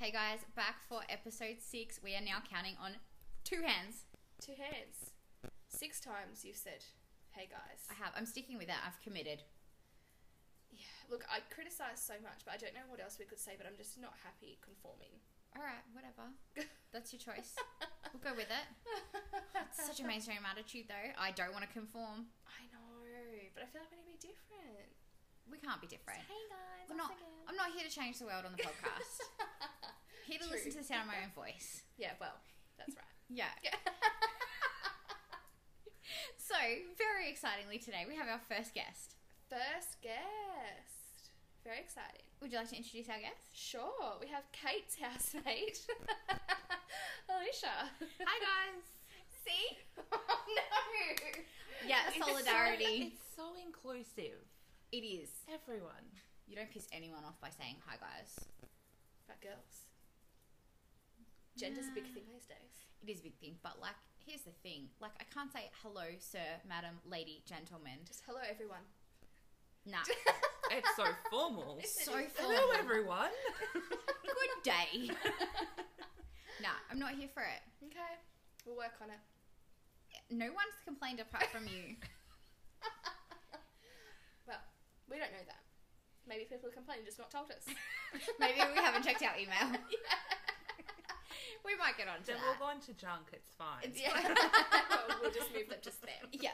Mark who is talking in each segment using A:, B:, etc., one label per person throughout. A: Okay, guys, back for episode six. We are now counting on two hands.
B: Two hands. Six times you've said, hey guys.
A: I have. I'm sticking with that. I've committed.
B: Yeah, look, I criticise so much, but I don't know what else we could say, but I'm just not happy conforming.
A: All right, whatever. That's your choice. We'll go with it. It's such a mainstream attitude, though. I don't want to conform.
B: I know, but I feel like we need to be different.
A: We can't be different.
B: Hey guys,
A: We're not.
B: us again.
A: I'm not here to change the world on the podcast. here to
B: True.
A: listen to the sound of my own voice.
B: Yeah, well, that's right.
A: Yeah. so very excitingly today, we have our first guest.
B: First guest. Very exciting.
A: Would you like to introduce our guest?
B: Sure, we have Kate's housemate, Alicia.
A: Hi guys. See?
B: Oh, no.
A: Yeah, solidarity.
C: It's so inclusive.
A: it is.
C: Everyone.
A: You don't piss anyone off by saying hi guys.
B: Fat girls. Gender's a big thing these days.
A: It is a big thing, but like, here's the thing. Like, I can't say hello, sir, madam, lady, gentleman.
B: Just hello, everyone.
A: Nah.
C: It's so formal.
A: so
C: Hello,
A: formal.
C: everyone.
A: Good day. nah, I'm not here for it.
B: Okay, we'll work on it.
A: No one's complained apart from you.
B: Well, we don't know that. Maybe people are complaining, just not told us.
A: Maybe we haven't checked our email. we might get on to
C: then we'll
A: that.
C: go on to junk. It's fine.
A: It's-
B: yeah. we'll just move that just there.
A: Yeah.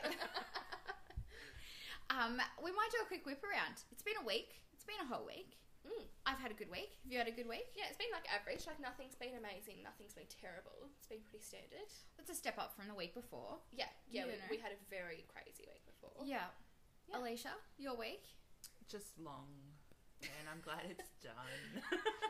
A: um, we might do a quick whip around. It's been a week. It's been a whole week.
B: Mm.
A: I've had a good week. Have you had a good week?
B: Yeah, it's been like average. Like nothing's been amazing, nothing's been terrible. It's been pretty standard.
A: That's a step up from the week before.
B: Yeah, yeah.
A: You
B: we,
A: know.
B: we had a very crazy week before.
A: Yeah.
B: Yeah.
A: Alicia, your week?
C: just long. And I'm glad it's done.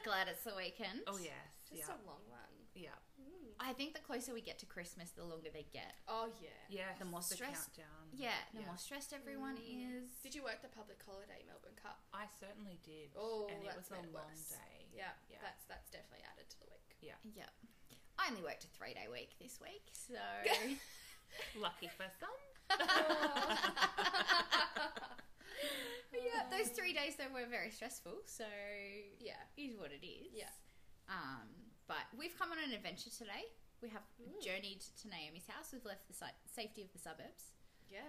A: Glad it's the weekend.
C: oh, yes.
B: Just
C: yeah.
B: a long one.
C: yeah.
B: Mm.
A: I think the closer we get to Christmas, the longer they get.
B: Oh yeah.
C: Yes.
A: The more stress-
C: countdown.
A: Yeah, the
C: Yeah.
A: more stressed everyone is.
B: Mm. Did you work the public holiday Melbourne Cup?
C: I certainly did.
B: Oh,
C: and it
B: that's
C: was a
B: made it
C: long
B: worse.
C: day.
B: Yeah,
C: Yeah.
B: That's that's definitely added to the week.
C: Yeah.
A: Yep. I only worked a three day week this week, so
C: Lucky for some.
A: yeah, those three days though were very stressful. So
B: Yeah.
A: is what it is.
B: Yeah.
A: Um, but we've come on an adventure today. We have
B: Ooh.
A: journeyed to Naomi's house. We've left the si- safety of the suburbs.
B: Yeah.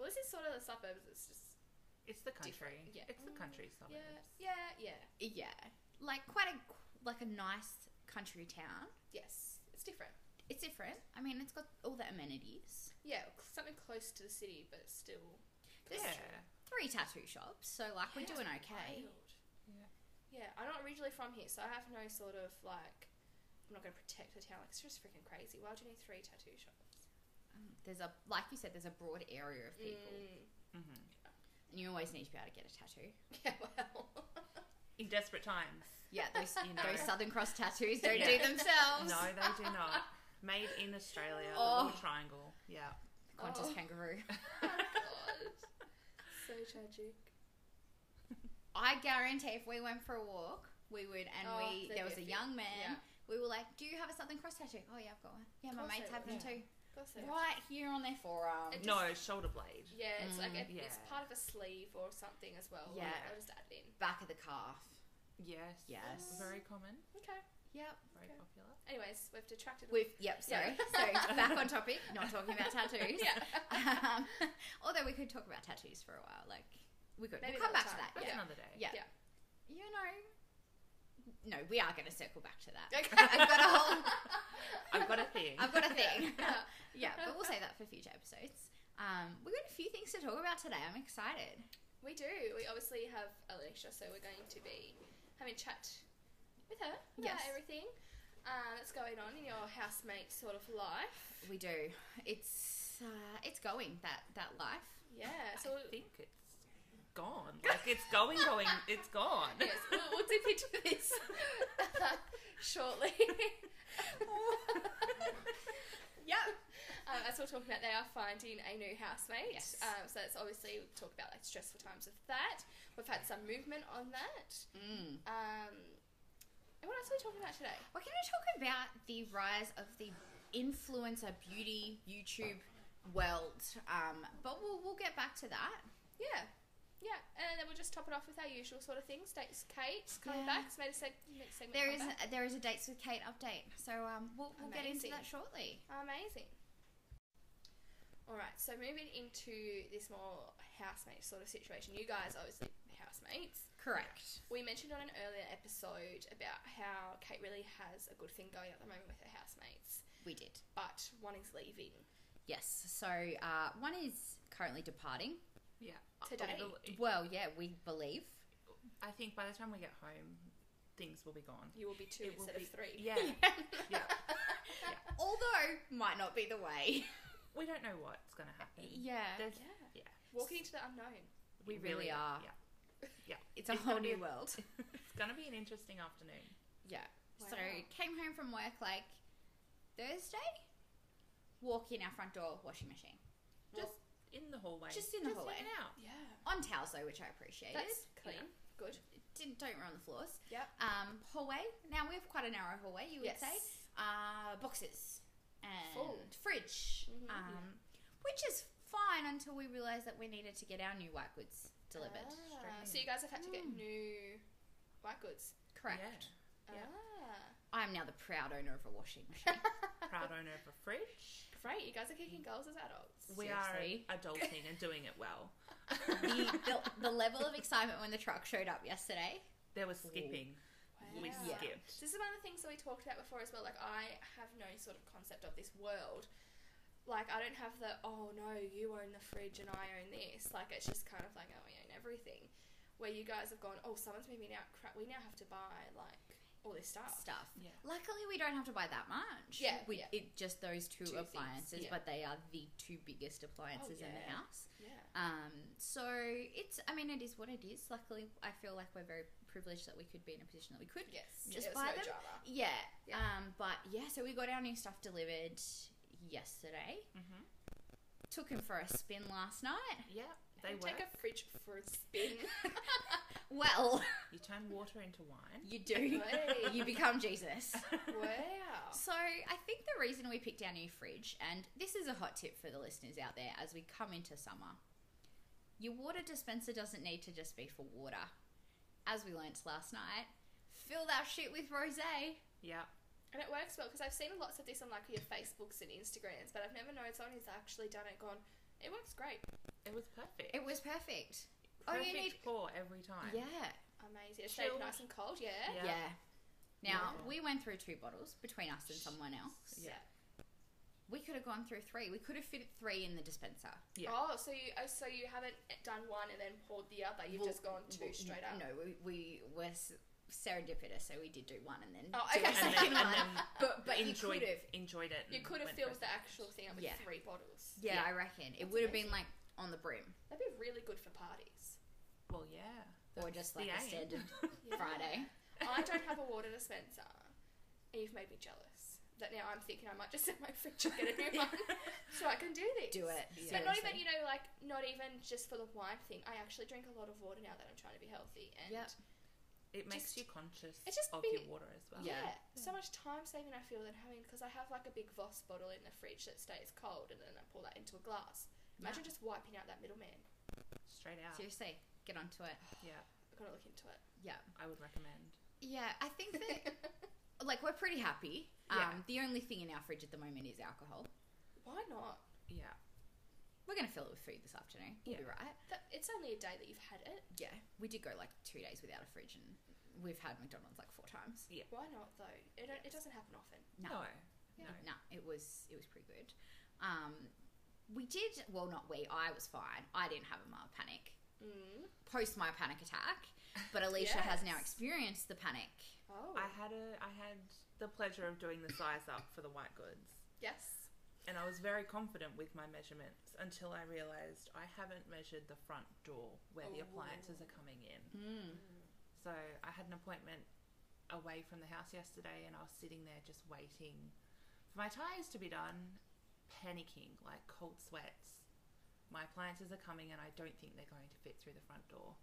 B: Well, this is sort of the suburbs. It's just
C: It's the country.
B: yeah.
C: It's the country suburbs.
B: yeah, yeah, yeah.
A: Yeah, like quite a like a nice country town.
B: Yes, it's different.
A: It's different. I mean, it's got all the amenities.
B: Yeah, cl- something close to the city, but it's still
A: There's
C: Yeah.
A: three tattoo shops, so like we're doing
B: Yeah,
A: okay.
B: wild.
C: Yeah.
B: Yeah, I'm not originally from here, so I have no sort of like. I'm not going to protect the town. Like, it's just freaking crazy. Why do you need three tattoo shops?
A: Um, There's a like you said, there's a broad area of people,
B: Mm.
C: Mhm.
A: and you always need to be able to get a tattoo.
B: Yeah, well.
C: In desperate times.
A: Yeah, those
C: You know.
A: those Southern Cross tattoos don't do
C: Yeah.
A: themselves.
C: No, they do not. Made in Australia,
A: Oh.
C: the little triangle. Yeah.
A: Conscious
B: Oh.
A: kangaroo.
B: God. so tragic.
A: I guarantee if we went for a walk, we would, and
B: Oh,
A: we
B: there'd
A: there
B: be
A: was
B: a
A: a
B: few.
A: young man.
B: Yeah.
A: We were like, "Do you have a Southern Cross tattoo?" "Oh yeah, I've got one." "Yeah, my
B: course
A: mates
B: they
A: have them
C: would.
A: too."
B: Got so
A: Right here on their forearm.
B: It
C: No, shoulder blade.
B: Yeah, it's like
A: Mm,
B: a, it's
C: yeah.
B: part of a sleeve or something as well.
A: Yeah.
B: I'll just add it in.
A: Back of the calf.
C: Yes.
A: Yes.
C: Very common.
B: Okay.
A: Yep.
C: Very
B: Okay.
C: popular.
B: Anyways, we've detracted.
A: We've yep. Sorry. So back on topic. Not talking about tattoos.
B: yeah.
A: um, although we could talk about tattoos for a while. Like we could.
B: Maybe
A: we'll come back to
B: another
A: that.
B: time. Yeah.
C: That's another day.
A: Yeah.
B: Yeah.
A: You know. No, we are going to circle back to that.
B: Okay.
A: I've got a whole.
C: I've got a thing.
A: I've got a thing.
B: Yeah.
A: yeah, but we'll save that for future episodes. Um, we've got a few things to talk about today. I'm excited.
B: We do. We obviously have Alicia, so we're going to be having a chat with her about
A: Yes.
B: everything uh, that's going on in your housemate sort of life.
A: We do. It's uh, it's going that that life.
B: Yeah. So
C: I
B: we'll,
C: think it's gone. Like it's going, going. It's gone.
B: yes, we'll, we'll dip into this shortly.
A: Yep.
B: Um, as we're talking about, they are finding a new housemate.
A: Yes.
B: Um, so that's obviously we've talked about like stressful times of that. We've had some movement on that.
A: Mm.
B: Um, and what else are we talking about today?
A: We're going to talk about the rise of the influencer beauty YouTube world. Um, but we'll we'll get back to that.
B: Yeah. Yeah, and then we'll just top it off with our usual sort of things. Dates, Kate's coming
A: Yeah.
B: back. It's made a seg- next segment.
A: There
B: come
A: is a,
B: back.
A: there is a dates with Kate update, so um, we'll, we'll get into
B: Amazing.
A: that shortly.
B: amazing. All right, so moving into this more housemate sort of situation. You guys are obviously housemates.
A: Correct.
B: We mentioned on an earlier episode about how Kate really has a good thing going at the moment with her housemates,
A: We did.
B: but one is leaving
A: Yes. So uh, one is currently departing.
C: Yeah.
B: Today.
A: Well, yeah, we believe.
C: I think by the time we get home, things will be gone.
B: You will be two
C: It will
B: instead
C: be-
B: of three.
C: Yeah. yeah.
A: Although might not be the way.
C: We don't know what's going to happen.
A: yeah.
C: There's-
B: Yeah.
C: Yeah.
B: Walking into the unknown.
A: We really are.
C: Yeah.
A: It's a
C: It's
A: whole
C: gonna be
A: new
C: a-
A: world.
C: It's going to be an interesting afternoon.
A: Yeah. So
B: Wow.
A: came home from work like Thursday. Walk in our front door washing machine.
C: Just
A: Walk-
C: in the hallway.
A: Just in the hallway.
C: hanging out.
B: Yeah.
A: on towels though, which I appreciated.
B: That's clean. Good.
A: Didn't don't ruin the floors.
B: Yep.
A: Um, hallway. Now we have quite a narrow hallway. You would
B: yes.
A: say. Uh, boxes and
B: Full.
A: fridge,
B: Mhm.
A: um, which is fine until we realised that we needed to get our new white goods delivered.
B: Ah,
C: Straight
B: so you guys have had to get
A: Mm.
B: new white goods.
A: Correct.
C: Yeah.
B: Ah.
A: I am now the proud owner of a washing machine.
C: Yeah. Proud owner of a fridge.
B: Great. You guys are kicking goals as adults.
C: We
A: Seriously.
C: are adulting and doing it well.
A: the, the, the level of excitement when the truck showed up yesterday.
C: There was skipping. We
A: Yeah.
C: skipped.
B: So this is one of the things that we talked about before as well. Like I have no sort of concept of this world. Like I don't have the oh no, you own the fridge and I own this. Like it's just kind of like oh we own everything. Where you guys have gone oh someone's moving out crap. We now have to buy like all this stuff.
A: stuff.
C: Yeah.
A: Luckily, we don't have to buy that much.
B: Yeah,
A: we,
B: yeah.
A: It just those two,
B: Two things,
A: appliances,
B: yeah.
A: but they are the two biggest appliances in
B: yeah.
A: the house.
B: Yeah.
A: Um, so it's, I mean, it is what it is. Luckily, I feel like we're very privileged that we could be in a position that we could.
B: Yes.
A: Just
B: There was
A: buy
B: no
A: them.
B: drama.
A: Yeah.
B: Yeah.
A: Um, but yeah, so we got our new stuff delivered yesterday.
C: Mm-hmm.
A: Took him for a spin last night.
C: Yeah. They
B: You
C: work.
B: take a fridge for a spin.
A: Well,
C: You turn water into wine.
A: you do.
B: Hey.
A: you become Jesus.
B: wow.
A: So I think the reason we picked our new fridge, and this is a hot tip for the listeners out there as we come into summer, your water dispenser doesn't need to just be for water. As we learnt last night, fill that shit with rosé.
C: yeah.
B: And it works well because I've seen lots of this on like your Facebooks and Instagrams, but I've never known someone who's actually done it. Gone, it works great,
C: It was perfect.
A: It was perfect. oh,
C: perfect
A: you need-
C: pour every time.
A: Yeah.
B: amazing. It stayed
C: Chilled.
B: nice and cold, yeah.
C: Yeah.
A: Yeah. Now,
C: Yeah.
A: we went through two bottles between us and someone else.
C: Yeah.
A: We could have gone through three. We could have fitted three in the dispenser.
C: Yeah.
B: Oh, so you oh, so you haven't done one and then poured the other. You've
A: Well,
B: just gone
A: well,
B: two straight up.
A: No, we, we were s- serendipitous, so we did do one and then
B: Oh,
A: do a
B: okay.
C: And then,
A: second
C: and
A: one.
C: then
A: but but you
C: enjoyed,
A: could have.
C: enjoyed it.
B: You
C: and
B: could have
C: went
B: filled the
C: for a
B: actual thing up with
A: Mm, Yeah.
B: three bottles.
A: Yeah,
C: Yeah.
A: I reckon it
B: That's
A: would have been
B: amazing.
A: like on the brim
B: That'd be really good for parties.
C: second. Well, yeah.
A: or just like a
C: the aim.
A: standard
B: Yeah.
A: Friday.
B: I don't have a water dispenser, and you've made me jealous. That now I'm thinking I might just set my fridge and get a new one so I can do this.
A: Do it.
C: Yeah.
B: But not
A: seriously.
B: even, you know, like, not even just for the wine thing. I actually drink a lot of water now that I'm trying to be healthy. And
A: Yep.
C: It
B: Just-
C: makes you conscious
B: it's just
C: of
B: been-
C: your water as well.
A: Yeah.
B: yeah, so much time saving I feel than having, because I have like a big Voss bottle in the fridge that stays cold and then I pour that into a glass. Imagine just wiping out that middleman.
C: Straight out.
A: Seriously, get onto it.
C: Yeah.
B: I've got to look into it.
A: Yeah,
C: I would recommend.
A: yeah. I think that like we're pretty happy. Um,
C: Yeah.
A: The only thing in our fridge at the moment is alcohol.
B: Why not?
C: Yeah.
A: We're gonna fill it with food this afternoon. We'll be right.
B: That, it's only a day that you've had it.
A: Yeah, we did go like two days without a fridge, and we've had McDonald's like four times.
B: Why not, though? It, don't, it doesn't happen often.
A: No.
C: No.
B: Yeah.
C: No.
A: No, it was it was pretty good. Um, we did well, not we. I was fine. I didn't have a mild panic.
B: Mm.
A: post my panic attack, but Alicia has now
B: Yes.
A: experienced the panic.
B: Oh.
C: I had a I had the pleasure of doing the size up for the white goods.
B: yes.
C: And I was very confident with my measurements until I realized I haven't measured the front door where
A: Oh.
C: the appliances are coming in. Hmm. So I had an appointment away from the house yesterday and I was sitting there just waiting for my tyres to be done, panicking, like cold sweats. My appliances are coming and I don't think they're going to fit through the front door.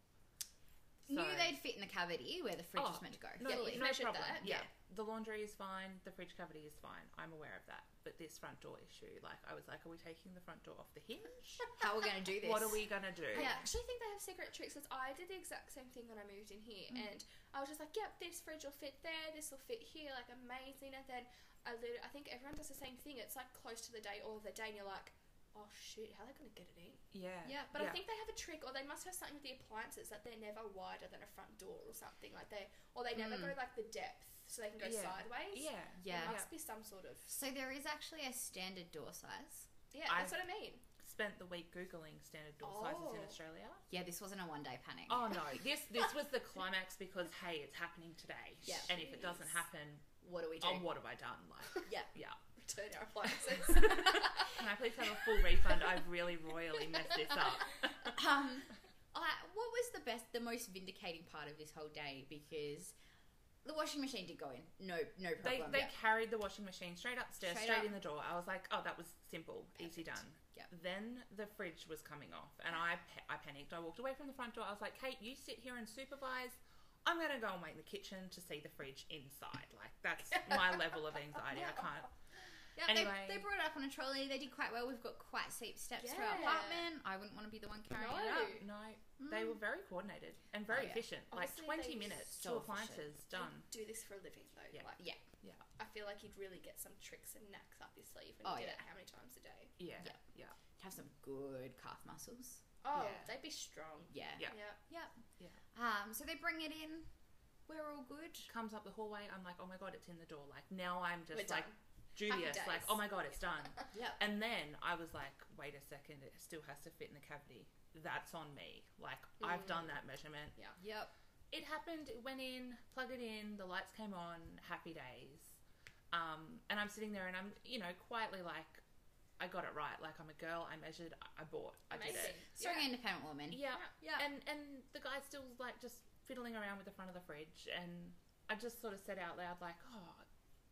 A: Knew
C: So-
A: they'd fit in the cavity where the fridge
C: Oh,
A: was meant to go.
C: no,
B: Yeah,
A: Fully.
B: you've
C: no
B: measured
C: problem.
B: that.
C: Yeah. the laundry is fine, the fridge cavity is fine. I'm aware of that. But this front door issue, like I was like, are we taking the front door off the hinge?
A: How we're going to do this?
C: What are we gonna do?
B: I actually think they have secret tricks because I did the exact same thing when I moved in here,
A: Mm.
B: and I was just like, "Yep, this fridge will fit there. This will fit here. Like amazing." And then I, lit- I think everyone does the same thing. It's like close to the day or the day, and you're like, "Oh shoot, how are they gonna get it in?" Uh,
C: Yeah.
A: Yeah,
B: But I think they have a trick, or they must have something with the appliances that they're never wider than a front door or something like they, or they never
A: Mm.
B: go like the depth, so they can go
C: Yeah.
B: sideways.
C: Yeah.
A: Yeah.
B: There must be some sort of
A: So there is actually a standard door size.
B: yeah.
C: I-
B: that's what I mean.
C: Spent the week googling standard door sizes in
B: Oh.
C: Australia.
A: Yeah, this wasn't a one day panic.
C: Oh no, this this was the climax because hey, it's happening today.
A: Yeah.
C: And if it doesn't
B: Jeez.
C: happen,
A: What do we do?
C: oh, what have I done? Like,
A: Yeah.
C: yeah.
B: Return our appliances.
C: Can I please have a full refund? I've really royally messed this up.
A: um, I, what was the best, the most vindicating part of this whole day? Because the washing machine did go in, no, no
C: They
A: problem.
C: they carried the washing machine straight upstairs,
A: Straight
C: straight,
A: up.
C: in the door. I was like, oh, that was simple, easy
A: Perfect.
C: done.
A: Yeah.
C: Then the fridge was coming off, and I pa- I panicked. I walked away from the front door. I was like, Kate, you sit here and supervise. I'm gonna go and wait in the kitchen to see the fridge inside. Like that's my level of anxiety. I can't.
A: Yeah,
C: Anyway.
A: they, they brought it up on a trolley. They did quite well. We've got quite steep steps to our
B: Yeah.
A: apartment. I wouldn't want to be the one carrying
B: No.
A: it up.
C: No, they were very coordinated and
A: Mm. Oh, yeah.
C: very efficient.
B: Honestly,
C: like
B: they
C: 20 minutes,
A: so efficient.
C: two appliances done.
B: do this for a living though.
C: Yeah.
B: Like,
A: Yeah.
C: Yeah.
B: I feel like you'd really get some tricks and knacks up your sleeve when
A: Oh,
B: you did
A: yeah.
B: it how many times a day.
C: Yeah,
A: Yeah.
C: yeah,
A: Have some good calf muscles.
B: Oh,
C: Yeah.
B: they'd be strong.
A: Yeah.
C: Yeah.
A: Yep.
C: Yeah.
A: Um, so they bring it in. We're all good.
C: Comes up the hallway. I'm like, oh my god, it's in the door. Like now I'm just
B: We're
C: like
B: done.
C: dubious.
B: Happy
C: Like
B: days.
C: oh my god, it's done.
A: Yeah.
C: and then I was like, wait a second, it still has to fit in the cavity. That's on me. Like I've done that measurement.
A: Yep.
C: Mm. It happened. It went in, plugged it in. The lights came on. Happy days. Um, and I'm sitting there, and I'm you know quietly like, I got it right. Like I'm a girl. I measured. I- I bought. I did
B: Amazing.
C: it.
A: Strong, independent woman.
C: Yeah.
A: Yeah.
C: And and the guy's still like just fiddling around with the front of the fridge and I just sort of said out loud like, "Oh,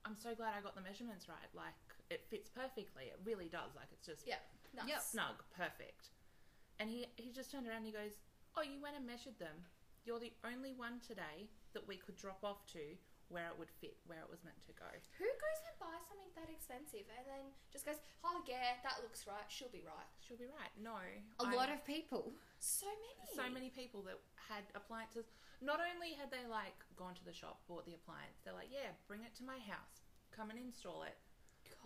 C: I'm so glad I got the measurements right. Like it fits perfectly. It really does. Like it's just
B: Yeah. Nice.
A: Yep.
C: snug, perfect." And he he just turned around and he goes, "Oh, you went and measured them. You're the only one today that we could drop off to where it would fit, where it was meant to go."
B: Who goes and buys something that expensive and then just goes, oh yeah, that looks right. She'll be right.
C: She'll be right. No.
A: A
C: I'm-
A: lot of people.
B: So many.
C: so many people that had appliances. Not only had they like gone to the shop, bought the appliance, they're like, "Yeah, bring it to my house. Come and install it."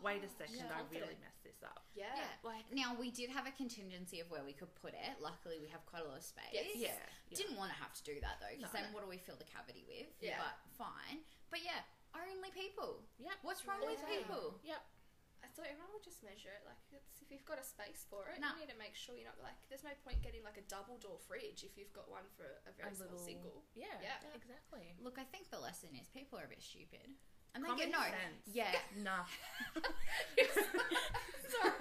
C: Wait a second,
B: yeah.
C: I really
B: Confident.
C: messed this up.
B: Yeah.
A: Yeah.
C: Like,
A: Now we did have a contingency of where we could put it. Luckily, we have quite a lot of space.
B: Yes.
C: yeah, yeah.
A: Didn't want to have to do that though, because
C: No.
A: then what do we fill the cavity with?
B: Yeah.
A: But fine. But yeah, only people.
C: Yep.
A: What's wrong with
B: Yeah.
A: people?
C: Yep.
B: I thought everyone would just measure it. Like, it's, if you've got a space for it,
A: No.
B: you need to make sure you're not like. There's no point getting like a double door fridge if you've got one for a
C: A
B: very small
C: little-
B: single.
C: Yeah,
B: Yeah.
C: exactly.
A: Look, I think the lesson is people are a bit stupid. And
C: Common
A: they get no.
C: sense.
A: Yeah.
C: Nah.
B: Sorry.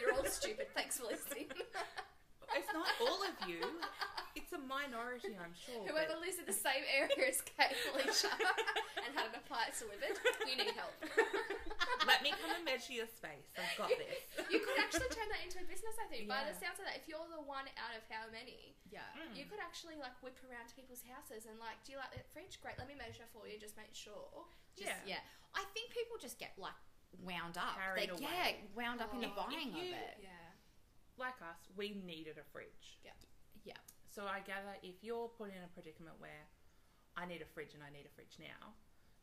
B: You're all stupid. Thanks for listening.
C: It's not all of you. It's a minority, I'm sure.
B: Whoever
C: but-
B: lives in the same area as Kate and Alicia and had an appliance delivered, you need help.
C: let me come and measure your space. I've got this.
B: You could actually turn that into a business, I think. By the
C: Yeah.
B: sounds of that, if you're the one out of how many,
A: Yeah.
C: Mm.
B: you could actually like whip around to people's houses and like, do you like that fridge? Great, let me measure for you. Just make sure.
A: Just, yeah.
C: Yeah.
A: I think people just get like wound up.
C: Carried
A: they
C: away.
A: get wound up in the
B: Oh.
A: buying of
C: You-
A: it.
B: Yeah.
C: like us, we needed a fridge.
B: Yeah.
A: Yeah.
C: So I gather if you're put in a predicament where I need a fridge and I need a fridge now,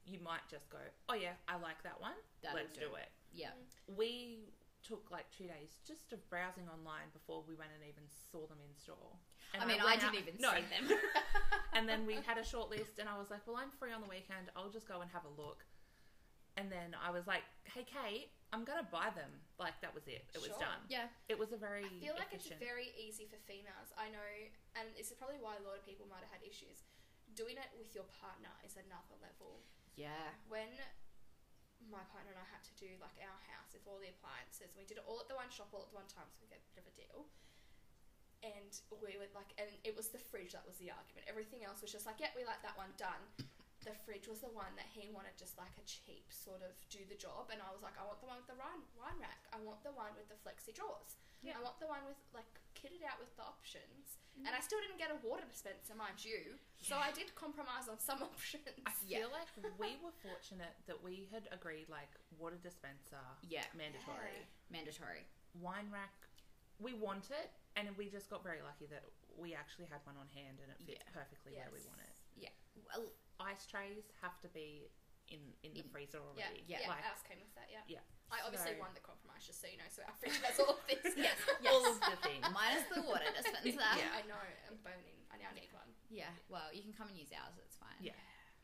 C: you might just go, oh yeah, I like that one.
A: That'll
C: Let's
A: do
C: do it.
A: Yeah.
C: We took like two days just of browsing online before we went and even saw them in store.
A: I
C: And
A: mean, I,
C: went
A: didn't
C: out-
A: even
C: no.
A: see them.
C: and then we had a short list, and I was like, well, I'm free on the weekend. I'll just go and have a look. And then I was like, hey, Kate, I'm going to buy them. Like, that was it. It was
B: Sure.
C: done.
A: yeah.
C: It was a very.
B: I feel like
C: efficient...
B: it's very easy for females. I know, and this is probably why a lot of people might have had issues. Doing it with your partner is another level.
A: Yeah.
B: when my partner and I had to do like our house with all the appliances, we did it all at the one shop all at the one time, so we get a bit of a deal. And we were like, and it was the fridge that was the argument. Everything else was just like, yeah, we like that one done. The fridge was the one that he wanted, just like a cheap sort of do the job, and I was like, I want the one with the wine, wine rack. I want the one with the flexi drawers.
C: Yeah.
B: I
C: Mm-hmm.
B: want the one with like kitted out with the options, and I still didn't get a water dispenser, mind you. So I did compromise on some options.
C: I
A: Yeah.
C: feel like we were fortunate that we had agreed like water dispenser
A: Yeah,
C: mandatory,
A: mandatory.
C: wine rack. We want it, and we just got very lucky that we actually had one on hand and it fits
A: Yeah.
C: perfectly where we
B: Yes.
C: want it.
A: Well,
C: Ice trays have to be in in the
A: In-
C: freezer
B: Yeah,
C: already.
B: yeah,
C: like,
B: ours came with that. Yeah,
C: yeah.
B: I obviously
C: So-
B: won the compromise, just so you know. So our fridge has all of this.
A: yes,
C: all
A: yes.
C: of the things.
A: Minus the water dispenser.
B: yeah, I know. I'm burning. I now need one.
A: Yeah, Well, you can come and use ours. It's fine.
C: Yeah.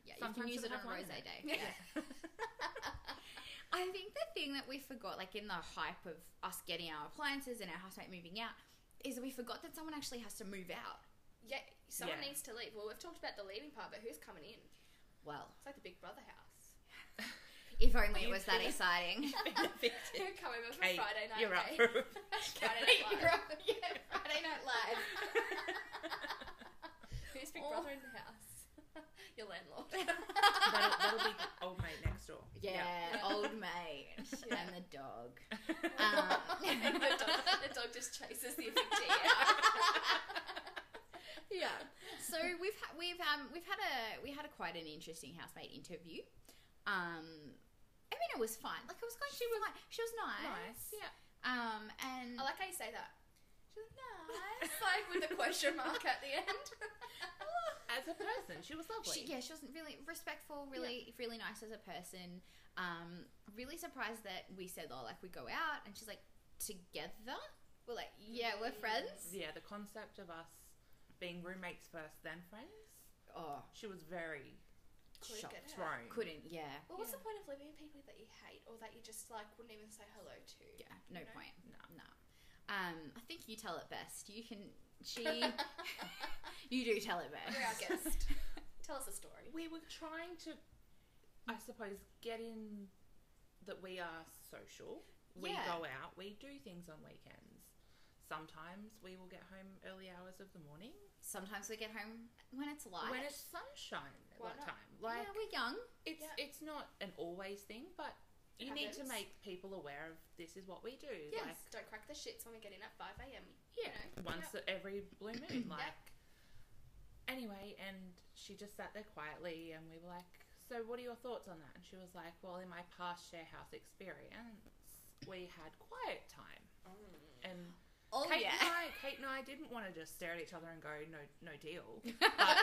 A: Yeah. you
C: Sometimes
A: can use it
C: it'll
A: on
C: have wine
A: rose
C: in
A: day.
C: it.
A: Yeah. I think the thing that we forgot, like in the hype of us getting our appliances and our housemate moving out, is we forgot that someone actually has to move out.
B: Yeah, someone
C: Yeah.
B: needs to leave. Well, we've talked about the leaving part, but who's coming in?
A: Well,
B: It's like the Big Brother house.
A: if only it
C: You
A: was that
C: think-
A: exciting.
B: Who come over for
C: Kate,
B: Friday night?
C: you're up
B: day?
C: for it.
B: Friday night
A: You're
B: live.
A: up- yeah, Friday Night Live.
B: Who's Big
A: Oh.
B: Brother in the house? Your landlord.
C: that'll, that'll be old mate next door.
A: Yeah, old mate and the dog.
B: And
A: Um,
B: the, dog, the dog just chases the evictee out.
A: yeah. So we've ha- we've um we've had a we had a quite an interesting housemate interview. Um, I mean it was fine. Like I was going, she was like she was nice.
C: Nice.
B: yeah.
A: Um, and
B: I like how you say that. She's nice. like with a question mark at the end.
C: As a person, she was lovely.
A: she, yeah, she wasn't really respectful. Really, really nice as a person. Um, really surprised that we said oh like we go out and she's like together. We're like yeah we're friends.
C: Yeah, the concept of us being roommates first, then friends.
A: Oh,
C: She was very
B: Couldn't
A: shocked.
B: get it.
C: thrown.
A: Couldn't yeah
B: Well, what's the
C: Yeah.
B: point of living with people that you hate or that you just like wouldn't even say hello to?
A: Yeah, no
B: You know?
A: point.
C: No.
A: No. Um, I think you tell it best. You can. She. you do tell it best.
B: You're our guest. Tell us a story.
C: We were trying to, I suppose, get in that we are social. We
A: Yeah.
C: go out. We do things on weekends. Sometimes we will get home early hours of the morning
A: Sometimes we get home when it's light.
C: when it's sunshine at
B: Why not?
C: that time.
A: yeah,
C: Like
A: we're young.
C: it's
B: Yeah.
C: it's not an always thing, but
B: It
C: you need to
B: happens.
C: make people aware of this is what we do.
A: Yes.
C: Like
B: Don't crack the shits when we get in at 5 a.m.
C: Yeah,
B: know?
C: once every blue moon. Like,
B: Yeah.
C: anyway, and she just sat there quietly, and we were like, "So, what are your thoughts on that?" And she was like, "Well, in my past share house experience, we had quiet time, and
A: Oh
C: Kate
A: yeah.
C: and I, Kate and I didn't want to just stare at each other and go, no, no deal. But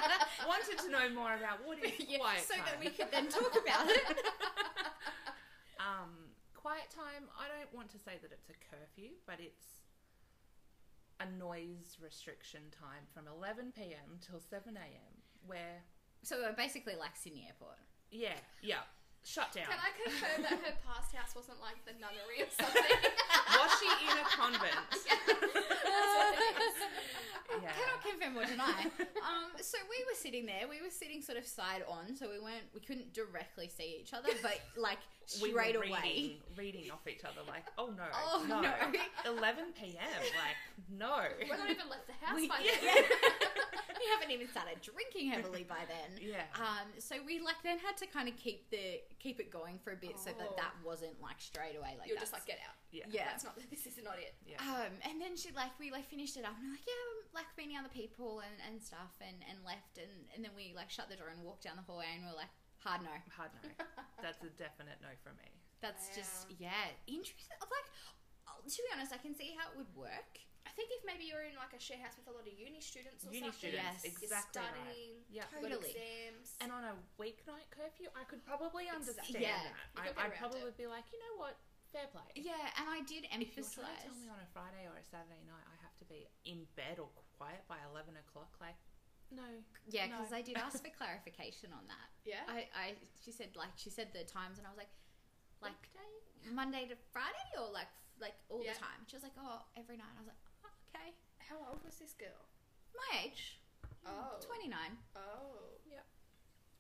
C: wanted to know more about what is
A: Yeah,
C: quiet
A: so
C: time.
A: that we could then talk about it.
C: um, quiet time. I don't want to say that it's a curfew, but it's a noise restriction time from 11 p.m. till 7 a.m. Where,
A: So we're basically like Sydney Airport.
C: yeah, yeah, shut down.
B: Can I confirm that her past house wasn't like the nunnery or something?
C: Was she in a convent? Yeah.
A: Cannot confirm or deny. um, so we were sitting there. We were sitting sort of side on, so we weren't. We couldn't directly see each other, but like
C: We were
A: straight away.
C: reading, reading off each other like, oh no,
A: Oh
C: no.
A: no.
C: 11 p.m. Like, no.
B: We're not even left the house
A: We-
B: by
A: yeah.
B: then.
A: we haven't even started drinking heavily by then.
C: Yeah.
A: Um, so we like then had to kind of keep the keep it going for a bit so
B: Oh.
A: that that wasn't like straight away like
B: You're just like,
A: that's-
B: get out.
C: Yeah.
A: Yeah.
B: That's not, this is not it.
C: Yeah.
A: um, and then she like we like finished it up and we're like yeah um, like meeting other people and, and stuff and, and left and, and then we like shut the door and walked down the hallway and we were like hard no
C: Hard no. That's a definite no from me.
A: that's just yeah interesting like oh, to be honest I can see how it would work
B: I think if maybe you're in like a share house with a lot of uni students or
C: Uni
B: something.
A: Yes.
C: students,
B: You're
C: exactly right.
B: studying.
C: Yeah.
B: got
A: Totally.
B: exams.
C: And on a weeknight curfew, I could probably understand
A: Yeah.
B: You
C: that.
B: could
C: I,
B: get
C: I'd
B: around
C: probably be like, you know what, fair play.
A: yeah and I did
C: If you're
A: emphasize
C: trying to tell me on a Friday or a Saturday night I have to be in bed or quiet by eleven o'clock, like, no,
A: yeah
C: No.
A: because I did ask for clarification on that
B: Yeah.
A: I, I she said like she said the times and I was like like Monday to Friday or like f- like all
B: Yeah.
A: the time. She was like, oh, every night. I was like, oh, okay,
B: How old was this girl?
A: my age,
B: Oh.
A: twenty nine.
B: Oh.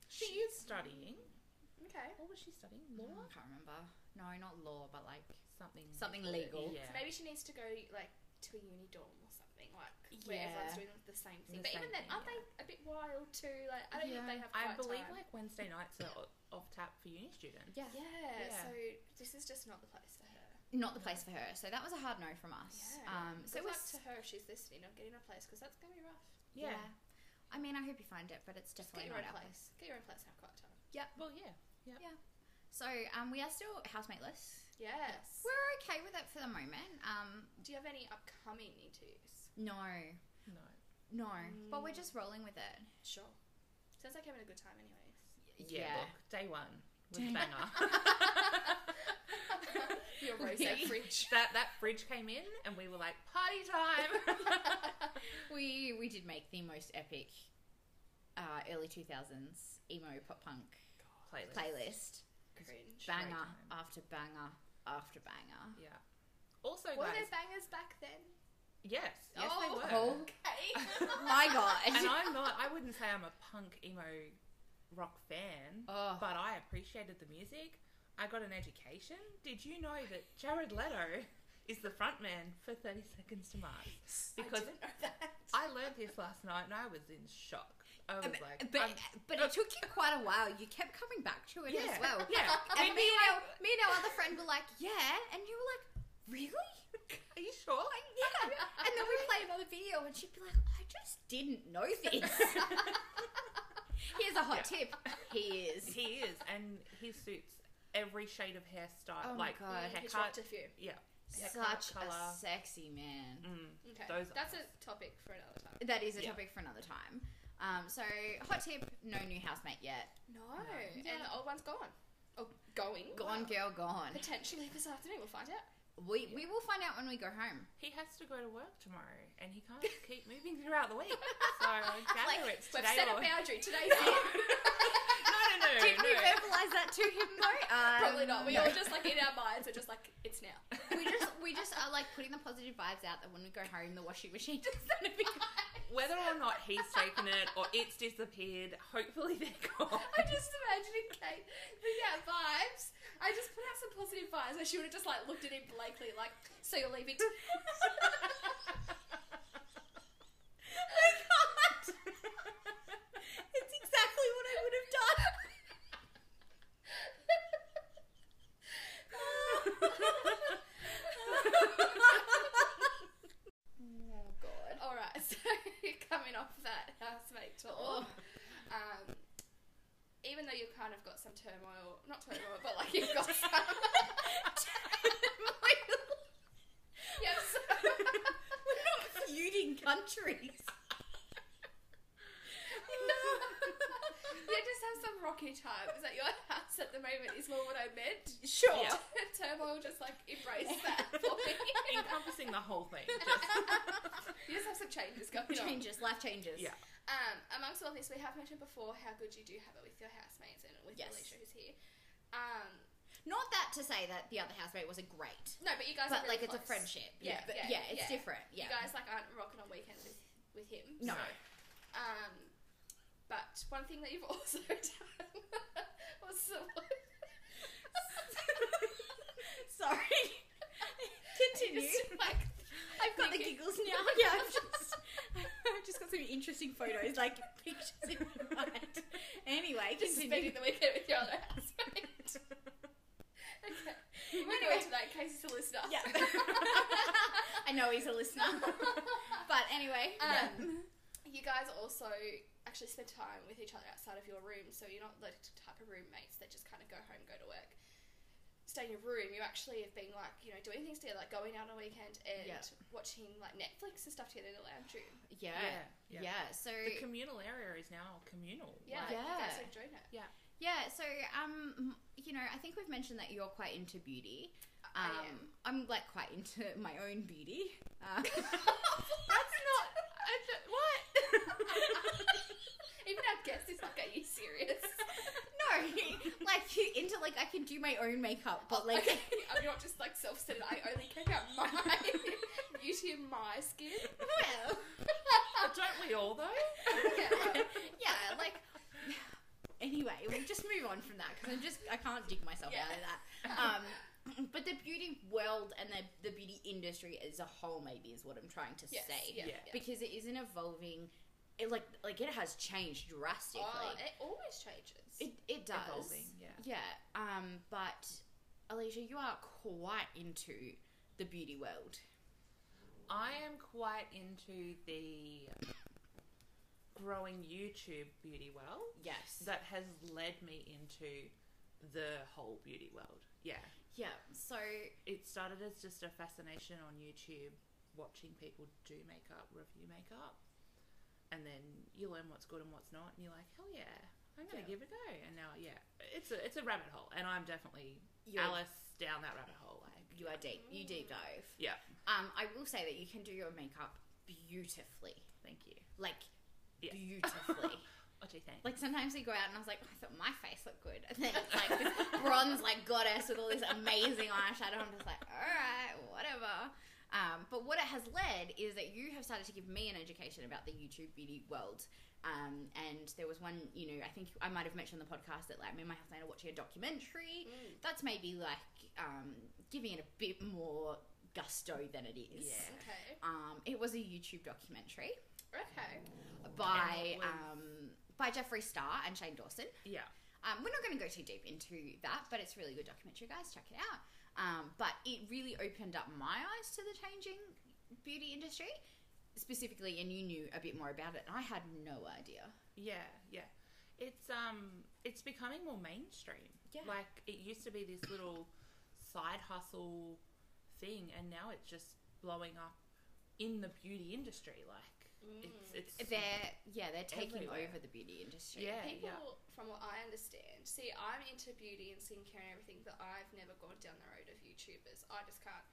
C: she is studying.
B: Okay.
C: What was she studying?
A: I
C: Law?
A: can't remember. No, not law, but like
B: Mm.
C: Something.
A: Something legal.
C: Yeah.
B: So maybe she needs to go like to a uni dorm or something like where
A: Yeah.
B: everyone's doing the same thing.
C: The
B: but even
C: same
B: then,
C: thing,
B: aren't they a bit wild too? Like I don't
A: Yeah.
B: think they have.
C: I
B: quiet
C: believe
B: time.
C: like Wednesday nights are o- off tap for uni students.
A: yeah,
B: Yeah,
C: Yeah.
B: So this is just not the place for her.
A: not the place for her. So that was a hard no from us.
B: Yeah.
A: Um, so
B: Good
A: we're
B: luck
A: s-
B: to her if she's listening on getting a place because that's gonna be rough.
A: yeah. I mean, I hope you find it, but it's
B: Just get
A: definitely
B: your
A: not
B: own
A: our place.
B: place. Get your own place and have quiet time.
C: Well, yeah.
A: So um, we are still housemateless.
B: Yes.
A: We're okay with it for the moment. Um,
B: Do you have any upcoming interviews?
A: no,
C: No.
A: no, but we're
B: Mm.
A: just rolling with it.
B: Sure. Sounds like having a good time, anyways.
C: Yeah. Look, day one was
A: Day-
C: banger.
B: your rose
C: We-
B: fridge.
C: that that fridge came in and we were like party time.
A: we we did make the most epic uh, early two thousands emo pop punk
C: Playlist.
A: playlist.
B: Cringe.
C: Ba-
A: Banger
C: time.
A: after banger after banger.
C: Yeah. Also,
B: Were
C: guys.
B: there bangers back then?
C: Yes. Yes,
B: Oh.
C: they were.
A: Oh
B: Okay.
A: my
C: and
A: god!
C: I'm not. I wouldn't say I'm a punk emo rock fan,
A: Oh.
C: but I appreciated the music. I got an education. Did you know that Jared Leto is the frontman for Thirty Seconds to Mars? Because
B: I didn't know that.
C: I learned this last night and I was in shock. I was
A: Um,
C: like,
A: but
C: I'm-
A: but it took you quite a while. You kept coming back to it
C: yeah,
A: as well.
C: yeah.
A: And
C: When
A: me
C: you-
A: and, our, me and our other friend were like, yeah. And you were like, really?
C: are you sure?
A: Like, yeah. And then we played another video and she'd be like, I just didn't know this. Here's a hot tip. He is.
C: he is, and he suits every shade of hairstyle.
A: Oh my
C: uh, like,
A: God.
C: haircut.
B: He's dropped Mm, a few.
C: Yeah. Yeah,
A: Such
C: colour,
A: a
C: colour.
A: sexy man.
C: Mm.
B: Okay.
C: Those
B: That's a topic for another time.
A: That is a
C: Yeah.
A: topic for another time. Um, so, hot tip no new housemate yet.
B: No.
A: Yeah.
B: And the old one's gone. Oh, going.
A: Gone,
B: Wow.
A: girl, gone.
B: Potentially this afternoon. We'll find out.
A: We, we will find out when we go home.
C: He has to go to work tomorrow, and he can't keep moving throughout the week. So I gather it's
B: We've
C: today
B: set
C: or
B: a boundary. Today's it.
C: no, no, no,
A: Did we
C: no.
A: verbalize that to him though? Um,
B: Probably not. We
A: no.
B: all just like in our minds. We're just like it's now.
A: we just we just are like putting the positive vibes out that when we go home, the washing machine is gonna be.
C: Whether or not he's taken it or it's disappeared, hopefully they're gone.
B: I'm just imagining Kate with that vibes. I just put out some positive vibes, and she would have just like looked at him blankly, like, "So you're leaving?" t-"
A: I can't. It's exactly what I would have done. Oh god.
B: All right, so coming off that housemate tour,
A: Oh.
B: um, even though you've kind of got some turmoil, not turmoil, but like you've got some. Yes.
A: We're not feuding countries.
B: you just have some rocky times at your house at the moment is more what I meant.
A: Sure.
C: Yeah.
B: Turmoil just like embrace that for me.
C: Encompassing the whole thing.
B: You just have some changes going on.
A: Changes, life changes.
C: Yeah.
B: Um, amongst all this, we have mentioned before how good you do have it with your housemates and with
A: Yes.
B: Alicia who's here. Um,
A: Not that to say that the other housemate wasn't great,
B: no, but you guys
A: but
B: are
A: like it's a
B: really close.
A: friendship.
B: Yeah,
A: but
B: yeah,
A: yeah, it's
B: yeah.
A: different. Yeah.
B: You guys like aren't rocking on weekends with, with him.
A: no.
B: Um, but one thing that you've also done was
A: Sorry. Continue.
B: Just, like,
A: I've got the
B: thinking-
A: giggles now. Yeah, I've just, I've just got some interesting photos, like pictures in my mind. Anyway,
B: just
A: continue.
B: spending the weekend with your other housemate. okay. We're going to that in case he's a listener.
A: Yeah. I know he's a listener, but anyway. yeah.
B: Um, You guys also actually spend time with each other outside of your room, so you're not the type of roommates that just kind of go home, go to work, stay in your room. You actually have been like, you know, doing things together, like going out on a weekend and
A: Yeah. watching,
B: watching like Netflix and stuff together in the lounge room.
A: yeah, yeah,
C: yeah.
A: So
C: The communal area is now communal.
B: Yeah,
C: Like,
B: you
A: Yeah.
B: guys are enjoying it.
A: yeah, so um, you know, I think we've mentioned that you're quite into beauty. Um,
B: I am.
A: I'm like quite into my own beauty. Uh,
B: That's not.
C: what?
B: Even our guest is like, are you serious?
A: no, like you into like I can do my own makeup, but like
B: Okay, I'm not just like self-centered. I only care about my beauty and my skin.
A: well,
C: Don't we all though?
B: Yeah, well,
A: yeah, like. Anyway, we'll just move on from that because I'm just I can't dig myself out of that. Um, but the beauty world and the the beauty industry as a whole, maybe, is what I'm trying to
B: yes,
A: say
B: yeah,
C: Yeah.
B: yeah.
A: because it is an evolving. It like like it has changed drastically.
B: Oh, it always changes.
A: it, it does.
C: Evolving, yeah.
A: Yeah. Um, but Alicia, you are quite into the beauty world.
C: I am quite into the growing YouTube beauty world
A: Yes.
C: that has led me into the whole beauty world. Yeah.
A: yeah. So
C: It started as just a fascination on YouTube, watching people do makeup, review makeup, and then you learn what's good and what's not, and you're like, hell yeah, I'm gonna
A: Yeah.
C: give it a go. And now, yeah, it's a it's a rabbit hole, and I'm definitely
A: you're,
C: Alice down that rabbit hole. Like,
A: you are deep. You deep dive.
C: Yeah.
A: Um, I will say that you can do your makeup beautifully,
C: thank you.
A: like
C: Yeah.
A: beautifully.
C: What do you think?
A: Like sometimes we go out and I was like, oh, I thought my face looked good, and then it's like this bronze like goddess with all this amazing eyeshadow. I'm just like, all right, whatever. Um, but what it has led is that you have started to give me an education about the YouTube beauty world. Um, and there was one, you know, I think I might have mentioned on the podcast that like me and my husband are watching a documentary.
B: Mm.
A: That's maybe like um, giving it a bit more gusto than it is.
C: Yeah.
B: Okay.
A: Um, it was a YouTube documentary
B: Okay.
A: by
C: And it was-
A: um, by Jeffree Star and Shane Dawson.
C: Yeah.
A: Um, we're not going to go too deep into that, but it's a really good documentary, guys. Check it out. Um, but it really opened up my eyes to the changing beauty industry specifically, and you knew a bit more about it. And I had no idea.
C: Yeah, yeah. It's um it's becoming more mainstream.
A: Yeah.
C: Like it used to be this little side hustle thing and now it's just blowing up in the beauty industry like
B: Mm.
C: it's it's
A: They're yeah, they're taking
C: Everywhere.
A: over the beauty industry.
C: Yeah,
B: People,
C: yeah.
B: from what I understand, see, I'm into beauty and skincare and everything, but I've never gone down the road of YouTubers. I just can't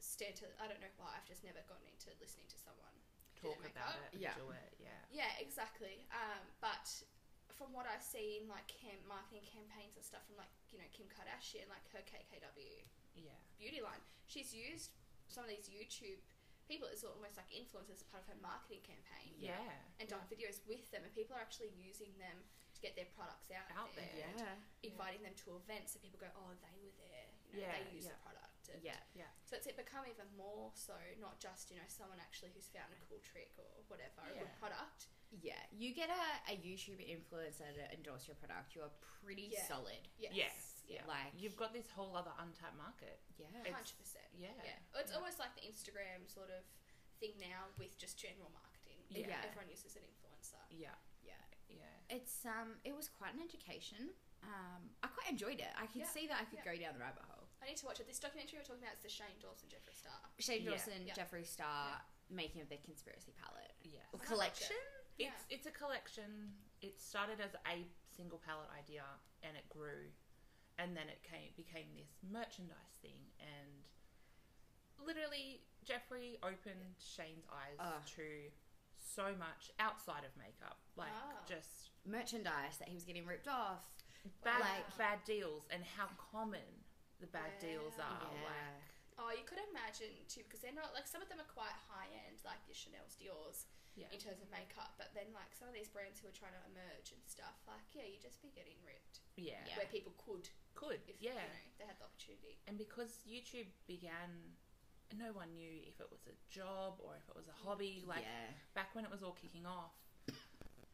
B: stand to. I don't know why. I've just never gotten into listening to someone do
C: talk
B: their
C: about
B: makeup.
C: it, and
A: Yeah.
C: do it. Yeah.
B: Yeah, exactly. Um, but from what I've seen, like cam- marketing campaigns and stuff from like you know Kim Kardashian, like her KKW
C: Yeah.
B: beauty line, she's used some of these YouTube people as almost like influencers as part of her marketing campaign.
C: Yeah.
B: and done videos with them, and people are actually using them to get their products out,
C: Out
B: there,
C: there.
B: and
A: Yeah,
B: inviting them to events, so people go, "Oh, they were there. You know,
C: Yeah,
B: they use
C: yeah.
B: the product." And
A: yeah.
B: So it's it become even more so, not just you know someone actually who's found a cool trick or whatever, a good
C: Yeah.
B: product.
A: Yeah, you get a, a YouTube influencer to endorse your product, you're pretty
B: Yeah.
A: solid.
B: Yes.
C: Yes,
B: Yeah.
A: Like
C: You've got this whole other untapped market.
A: yeah,
C: It's-
B: Hundred percent.
C: Yeah.
B: Yeah. It's
C: yeah.
B: almost like the Instagram sort of thing now with just general marketing.
C: Yeah.
A: Yeah.
B: Everyone uses an influencer.
C: Yeah.
A: yeah.
C: Yeah.
A: It's um, it was quite an education. Um, I quite enjoyed it. I could
B: Yeah,
A: see that I could
B: yeah.
A: go down the rabbit hole.
B: I need to watch it. This documentary we're talking about is the Shane Dawson Jeffree Star.
A: Shane
C: Yeah.
A: Dawson,
B: Yeah.
A: Jeffree Star making of their conspiracy palette
C: Yeah.
A: Or
B: I like
A: collection.
B: Yeah.
C: It's it's a collection. It started as a single palette idea, and it grew, and then it came became this merchandise thing. And literally, Jeffrey opened Shane's eyes
A: Ah.
C: to so much outside of makeup, like
B: Wow.
C: just
A: Merchandise that he was getting ripped off.
C: bad
A: Like-
C: bad deals and how common the bad deals
B: Wow.
C: are.
A: yeah.
C: Like,
B: Oh, you could imagine too, because they're not like some of them are quite high end, like your Chanel's, Dior's,
C: Yeah.
B: in terms of makeup. But then like some of these brands who are trying to emerge and stuff, like yeah, you'd just be getting ripped
C: yeah,
A: Yeah.
B: where people could,
C: could
B: if
C: yeah.
B: you know, they had the opportunity.
C: And because YouTube began, no one knew if it was a job or if it was a hobby. Like
A: yeah.
C: back when it was all kicking off,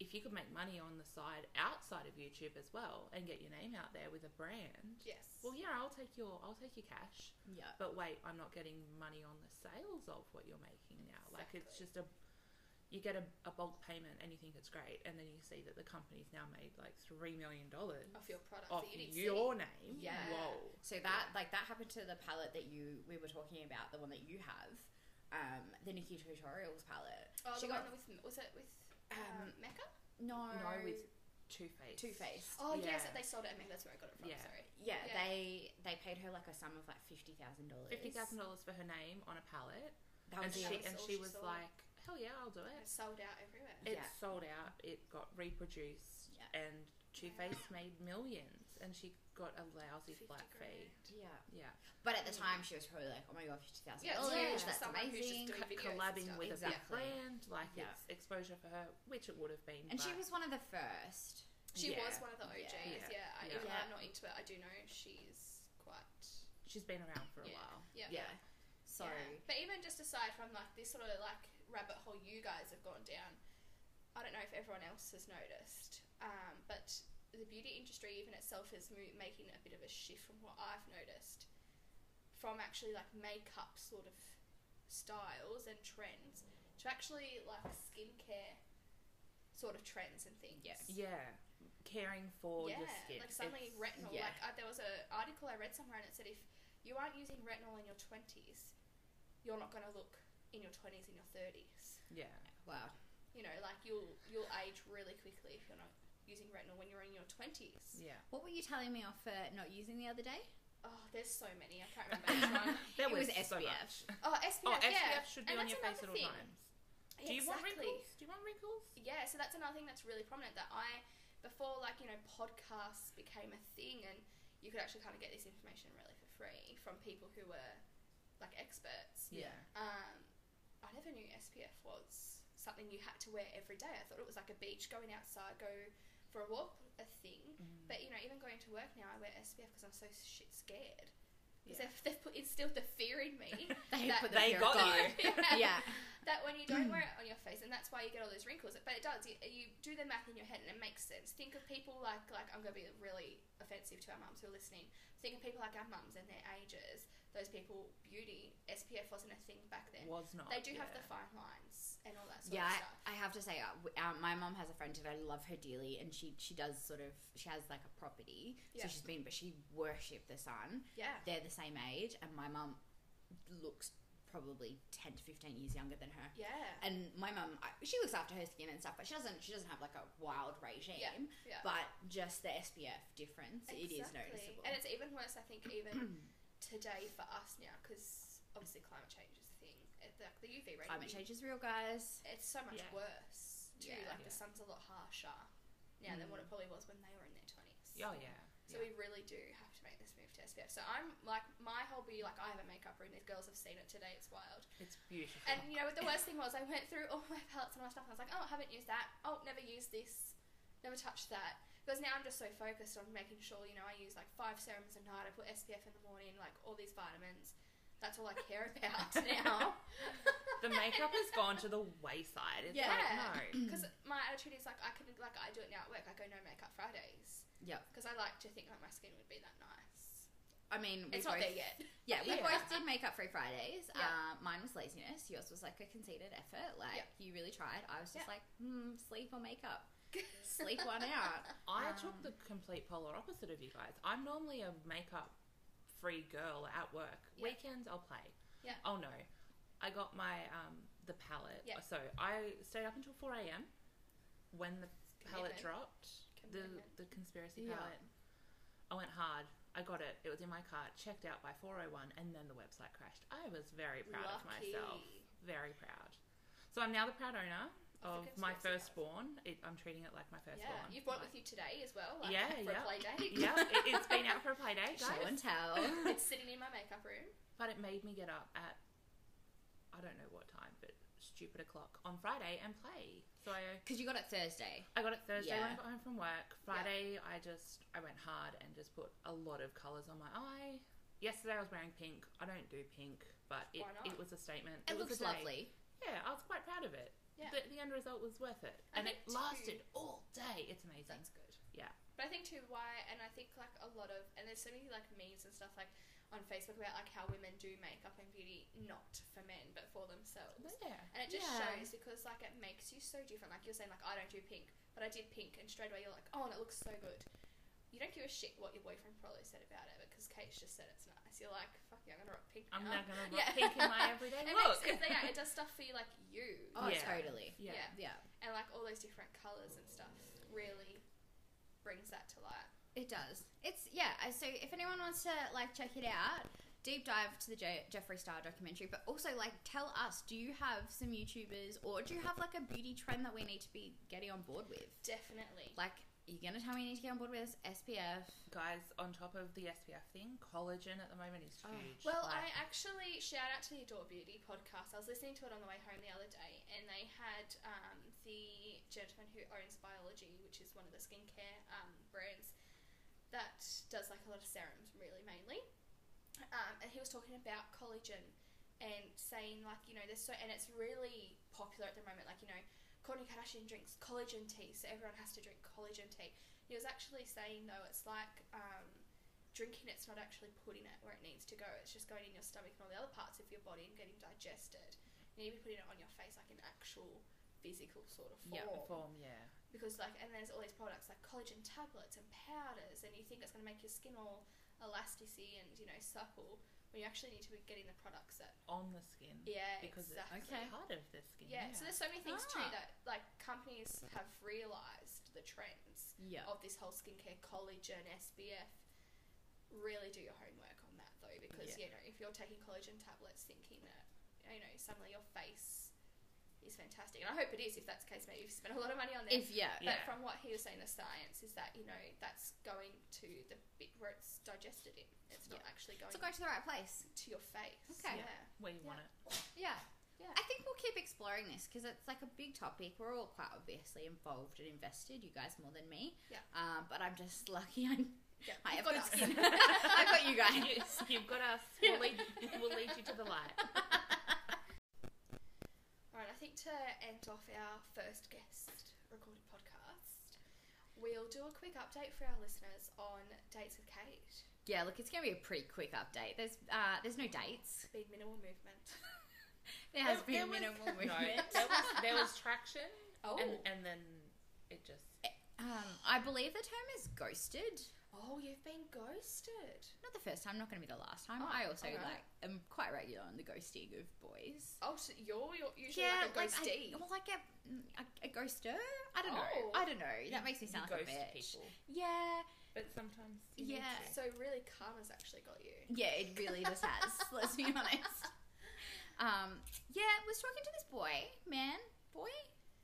C: if you could make money on the side outside of YouTube as well and get your name out there with a brand,
B: Yes.
C: well, yeah, I'll take your I'll take your cash.
A: Yeah.
C: But wait, I'm not getting money on the sales of what you're making now. Like it's just a you get a, a bulk payment and you think it's great, and then you see that the company's now made like three million dollars
B: off your product
C: off
B: that you didn't
C: your name.
A: Yeah.
C: Whoa.
A: So that like that happened to the palette that you we were talking about, the one that you have, um, the Nikki Tutorials palette.
B: see. Oh,
A: She
B: the
A: got-
B: one with was it with um,
A: Um,
B: Mecca?
A: No,
C: No, with Two Face.
A: Too Faced.
B: Oh
C: yeah.
B: yes, they sold it at Mecca. That's where I got it from.
C: Yeah.
B: Sorry.
A: Yeah,
B: Yeah.
A: they they paid her like a sum of like fifty thousand dollars.
C: Fifty thousand dollars for her name on a palette.
A: That
C: and
A: was
C: she
A: it.
B: That
C: and
B: was all
C: she
B: she
C: was
B: saw.
C: like, "Hell yeah, I'll do
B: And
C: it."
B: It's sold out everywhere.
A: Yeah.
C: It sold out. It got reproduced,
A: Yeah.
C: and Two Face made millions, and she got a lousy
B: 50
C: flat
B: grand.
C: fee.
A: Yeah.
C: Yeah,
A: But at the time, she was probably like, "Oh my god, fifty thousand
B: Yeah, it's
A: dollars!
B: huge for
A: That's
B: someone who's just
A: amazing."
B: doing
C: Co-
B: videos and
C: collabing
B: stuff.
C: with
A: Exactly.
C: a big brand, like
A: Yeah.
C: it's exposure for her, which it would have been.
A: And she
C: but-
A: was one of the first.
B: She
C: Yeah.
B: was one of the
A: Yeah.
B: OGs.
C: Yeah.
B: Yeah. I,
C: Yeah.
B: Even
A: Yeah.
B: though I'm not into it, I do know she's quite.
C: she's been around for a
B: Yeah.
C: while.
B: Yeah.
A: Yeah. So
B: Yeah. But even just aside from like this sort of like rabbit hole you guys have gone down, I don't know if everyone else has noticed, um, but the beauty industry even itself is mo- making a bit of a shift from what I've noticed from actually like makeup sort of styles and trends to actually like skincare sort of trends and things.
A: Yes.
C: Yeah, caring for your skin.
B: Like suddenly
C: It's-
B: retinol.
C: yeah.
B: Like uh, there was an article I read somewhere and it said if you aren't using retinol in your twenties, you're not going to look in your twenties in your thirties.
C: yeah.
A: Wow.
B: You know, like you'll you'll age really quickly if you're not using retinol when you're in your twenties.
C: Yeah.
A: What were you telling me off for not using the other day?
B: Oh, there's so many. I can't remember each one.
C: There
A: It was
C: so
A: SPF.
C: much.
B: Oh, SPF.
C: Oh, SPF
B: yeah.
C: should be
B: And
C: on
B: that's
C: your face at
B: another
C: all
B: thing.
C: times. Do you want
B: Exactly.
C: wrinkles? Do you want wrinkles?
B: Yeah, so that's another thing that's really prominent that I before like, you know, podcasts became a thing and you could actually kind of get this information really for free from people who were like experts.
C: Yeah.
B: Um, I never knew SPF was something you had to wear every day. I thought it was like a beach going outside, go for a walk, a thing. But you know, even going to work now, I wear SPF because I'm so shit scared. Because
C: Yeah.
B: they've, they've put instilled the fear in me.
A: They
B: That-
A: put the
C: They
A: fear of
C: got
A: God.
C: you.
B: yeah.
A: yeah.
B: That when you
A: Mm.
B: don't wear it on your face, and that's why you get all those wrinkles. But it does. You, you do the math in your head, and it makes sense. Think of people like like I'm going to be really offensive to our mums who are listening. Think of people like our mums and their ages. Those people, beauty SPF wasn't a thing back then.
C: Was not.
B: They do have
C: yeah.
B: the fine lines and all that sort
A: Yeah,
B: of stuff.
A: I, I have to say, uh, w- uh, my mom has a friend that I love her dearly, and she she does sort of she has like a property,
B: Yeah.
A: so she's been, but she worshipped the sun.
B: yeah.
A: They're the same age, and my mum looks probably ten to fifteen years younger than her.
B: Yeah.
A: And my mum, I- she looks after her skin and stuff, but she doesn't she doesn't have like a wild regime.
B: Yeah, yeah.
A: But just the SPF difference, it is
B: Exactly.
A: noticeable.
B: And it's even worse, I think, even today for us now, because obviously climate change is a thing. It, like the UV radiation.
A: Climate change is real, guys.
B: It's so much
C: Yeah.
B: worse, too.
A: Yeah.
B: like, the
C: Yeah. Mm.
B: sun's a lot harsher now than what it probably was when they were in their 20s.
C: Oh yeah.
B: So we really do have to make this move to SPF. So I'm like, my hobby, like, I have a makeup room. These girls have seen it today. It's wild.
C: It's beautiful.
B: And you know what the worst thing was? I went through all my palettes and all my stuff, and I was like, oh, I haven't used that. Oh, never used this. Never touched that. Because now I'm just so focused on making sure, you know, I use like five serums a night. I put SPF in the morning, like all these vitamins. That's all I care about now.
C: the makeup has gone to the wayside. It's
A: Yeah.
C: like, no.
B: Because my attitude is like, I can like I do it now at work. I go no makeup Fridays
A: Yep.
B: because I like to think that my skin would be that nice.
A: I mean, we
B: It's not
A: both-
B: there yet.
A: Yeah, we
C: Yeah.
A: both did makeup free Fridays.
B: Yeah.
A: Uh, mine was laziness. Yours was like a conceited effort. Like you really tried. I was just
B: Yeah.
A: like, hmm, sleep or makeup. Sleep one out.
C: I
A: Um,
C: took the complete polar opposite of you guys. I'm normally a makeup free girl at work.
B: Yeah.
C: Weekends I'll play.
B: Yeah.
C: Oh no. I got my um the palette.
B: Yeah.
C: So I stayed up until four AM when the palette
B: Commitment.
C: dropped.
B: Commitment.
C: The the conspiracy
A: Yeah.
C: palette. I went hard. I got it. It was in my cart, checked out by 401, and then the website crashed. I was very proud of myself.
B: Lucky.
C: Very proud. So I'm now the proud owner
B: Of
C: of
B: the
C: my
B: conspiracy palette.
C: firstborn. It, I'm treating it like my firstborn.
B: Yeah, you've brought it with you today as well. Like,
C: Yeah,
B: for
C: yeah.
B: a play date.
C: yeah, it, it's been out for a play date,
A: Show and
C: guys.
A: tell.
B: it's sitting in my makeup room.
C: But it made me get up at I don't know what time, but stupid o'clock on Friday and play. So I,
A: Because you got it Thursday.
C: I got it Thursday when
A: Yeah.
C: I got home from work. Friday I just I went hard and just put a lot of colours on my eye. Yesterday I was wearing pink. I don't do pink, but it,
B: Why not?
C: it was a statement.
A: It,
C: was
A: looks
C: a day.
A: lovely.
C: Yeah, I was quite proud of it.
B: Yeah.
C: The, the end result was worth it,
B: I
C: and it
B: think too-
C: lasted all day. It's amazing.
B: That's good.
C: Yeah.
B: But I think too why, and I think like a lot of, and there's so many like memes and stuff like on Facebook about like how women do makeup and beauty not for men but for themselves.
C: Yeah.
B: And it just
A: Yeah.
B: shows because like it makes you so different. Like you're saying like I don't do pink, but I did pink, and straight away you're like, oh, and it looks so good. You don't give a shit what your boyfriend probably said about it because Kate's just said it's nice. You're like, fuck yeah, I'm gonna rock pink.
C: I'm
B: now.
C: now gonna rock
B: Yeah.
C: pink in my everyday
B: It makes
C: look.
B: sense. Yeah, it does stuff for you like you.
A: Oh,
C: Yeah.
A: totally.
C: yeah.
B: yeah.
A: Yeah,
B: And like all those different colours and stuff really brings that to light.
A: it does. It's yeah. I- So if anyone wants to like check it out, deep dive to the Je- Jeffree Star documentary, but also like tell us, do you have some YouTubers or do you have like a beauty trend that we need to be getting on board with?
B: Definitely.
A: Like, you're gonna tell me you need to get on board with this SPF?
C: Guys, on top of the SPF thing, collagen at the moment is
A: Oh.
C: huge.
B: Well, I
C: Like,
B: actually shout out to the Adore Beauty podcast. I was listening to it on the way home the other day, and they had um, the gentleman who owns Biology, which is one of the skincare um, brands that does like a lot of serums, really mainly. Um, and he was talking about collagen and saying like you know there's so and it's really popular at the moment. Like you know, Kourtney Kardashian drinks collagen tea, so everyone has to drink collagen tea. You He was actually saying though, it's like um, drinking it's not actually putting it where it needs to go. It's just going in your stomach and all the other parts of your body and getting digested. You need to be putting it on your face like an actual physical sort of form.
A: Yeah,
C: The form, yeah.
B: Because like, and there's all these products like collagen tablets and powders, and you think it's going to make your skin all elasticy and you know supple, when you actually need to be getting the products that
C: On the skin.
B: yeah
C: Because it's
B: exactly.
A: Mm. Okay.
C: part of the skin.
B: Yeah, so there's so many things too
A: Ah.
B: that like companies have realized the trends
A: Yeah.
B: of this whole skincare collagen SPF. Really do your homework on that though, because you
C: Yeah.
B: know if you're taking collagen tablets thinking that you know suddenly your face is fantastic, and I hope it is. If that's the case, maybe you've spent a lot of money on that.
A: If yeah,
C: Yeah.
B: But from what he was saying, the science is that you know that's going to the bit where it's digested in. It's not actually going
A: so go to the right place.
B: to your face.
A: Okay.
B: Yeah.
C: Where you
B: Yeah.
C: want it.
A: Yeah.
B: Yeah.
A: I think we'll keep exploring this because it's like a big topic. We're all quite obviously involved and invested. You guys more than me.
B: Yeah.
A: Um, but I'm just lucky. I'm.
B: Yeah,
A: I have
B: you've
A: good
B: got us.
A: skin. I've got you guys.
C: You, you've got us. We'll lead, we'll lead you to the light.
B: Alright, I think to end off our first guest recorded podcast, we'll do a quick update for our listeners on dates with Kate.
A: Yeah. Look, it's gonna be a pretty quick update. There's uh, there's no dates.
B: It's been minimal movement.
A: There has
C: There-
A: been
C: there
A: minimal
C: was- No,
A: movement.
C: there was, there was traction,
B: Oh,
C: and, and then it just.
A: Um, I believe the term is ghosted.
B: oh, you've been ghosted.
A: Not the first time. Not going to be the last time.
B: Oh,
A: I also
B: alright.
A: like am quite regular on the ghosting of boys.
B: Oh, so you're, you're usually
A: Yeah, like
B: like a ghostee.
A: I, well, like a, a, a ghoster. I don't know.
B: Oh.
A: I don't know. That makes me
C: you
A: sound like a
C: ghost
A: bitch.
C: people,
A: Yeah,
C: but sometimes. you need
A: yeah,
C: to.
B: Mm-hmm. so really, karma's actually got you.
A: yeah. It really just has. let's be honest. Um, yeah, I was talking to this boy, man, boy,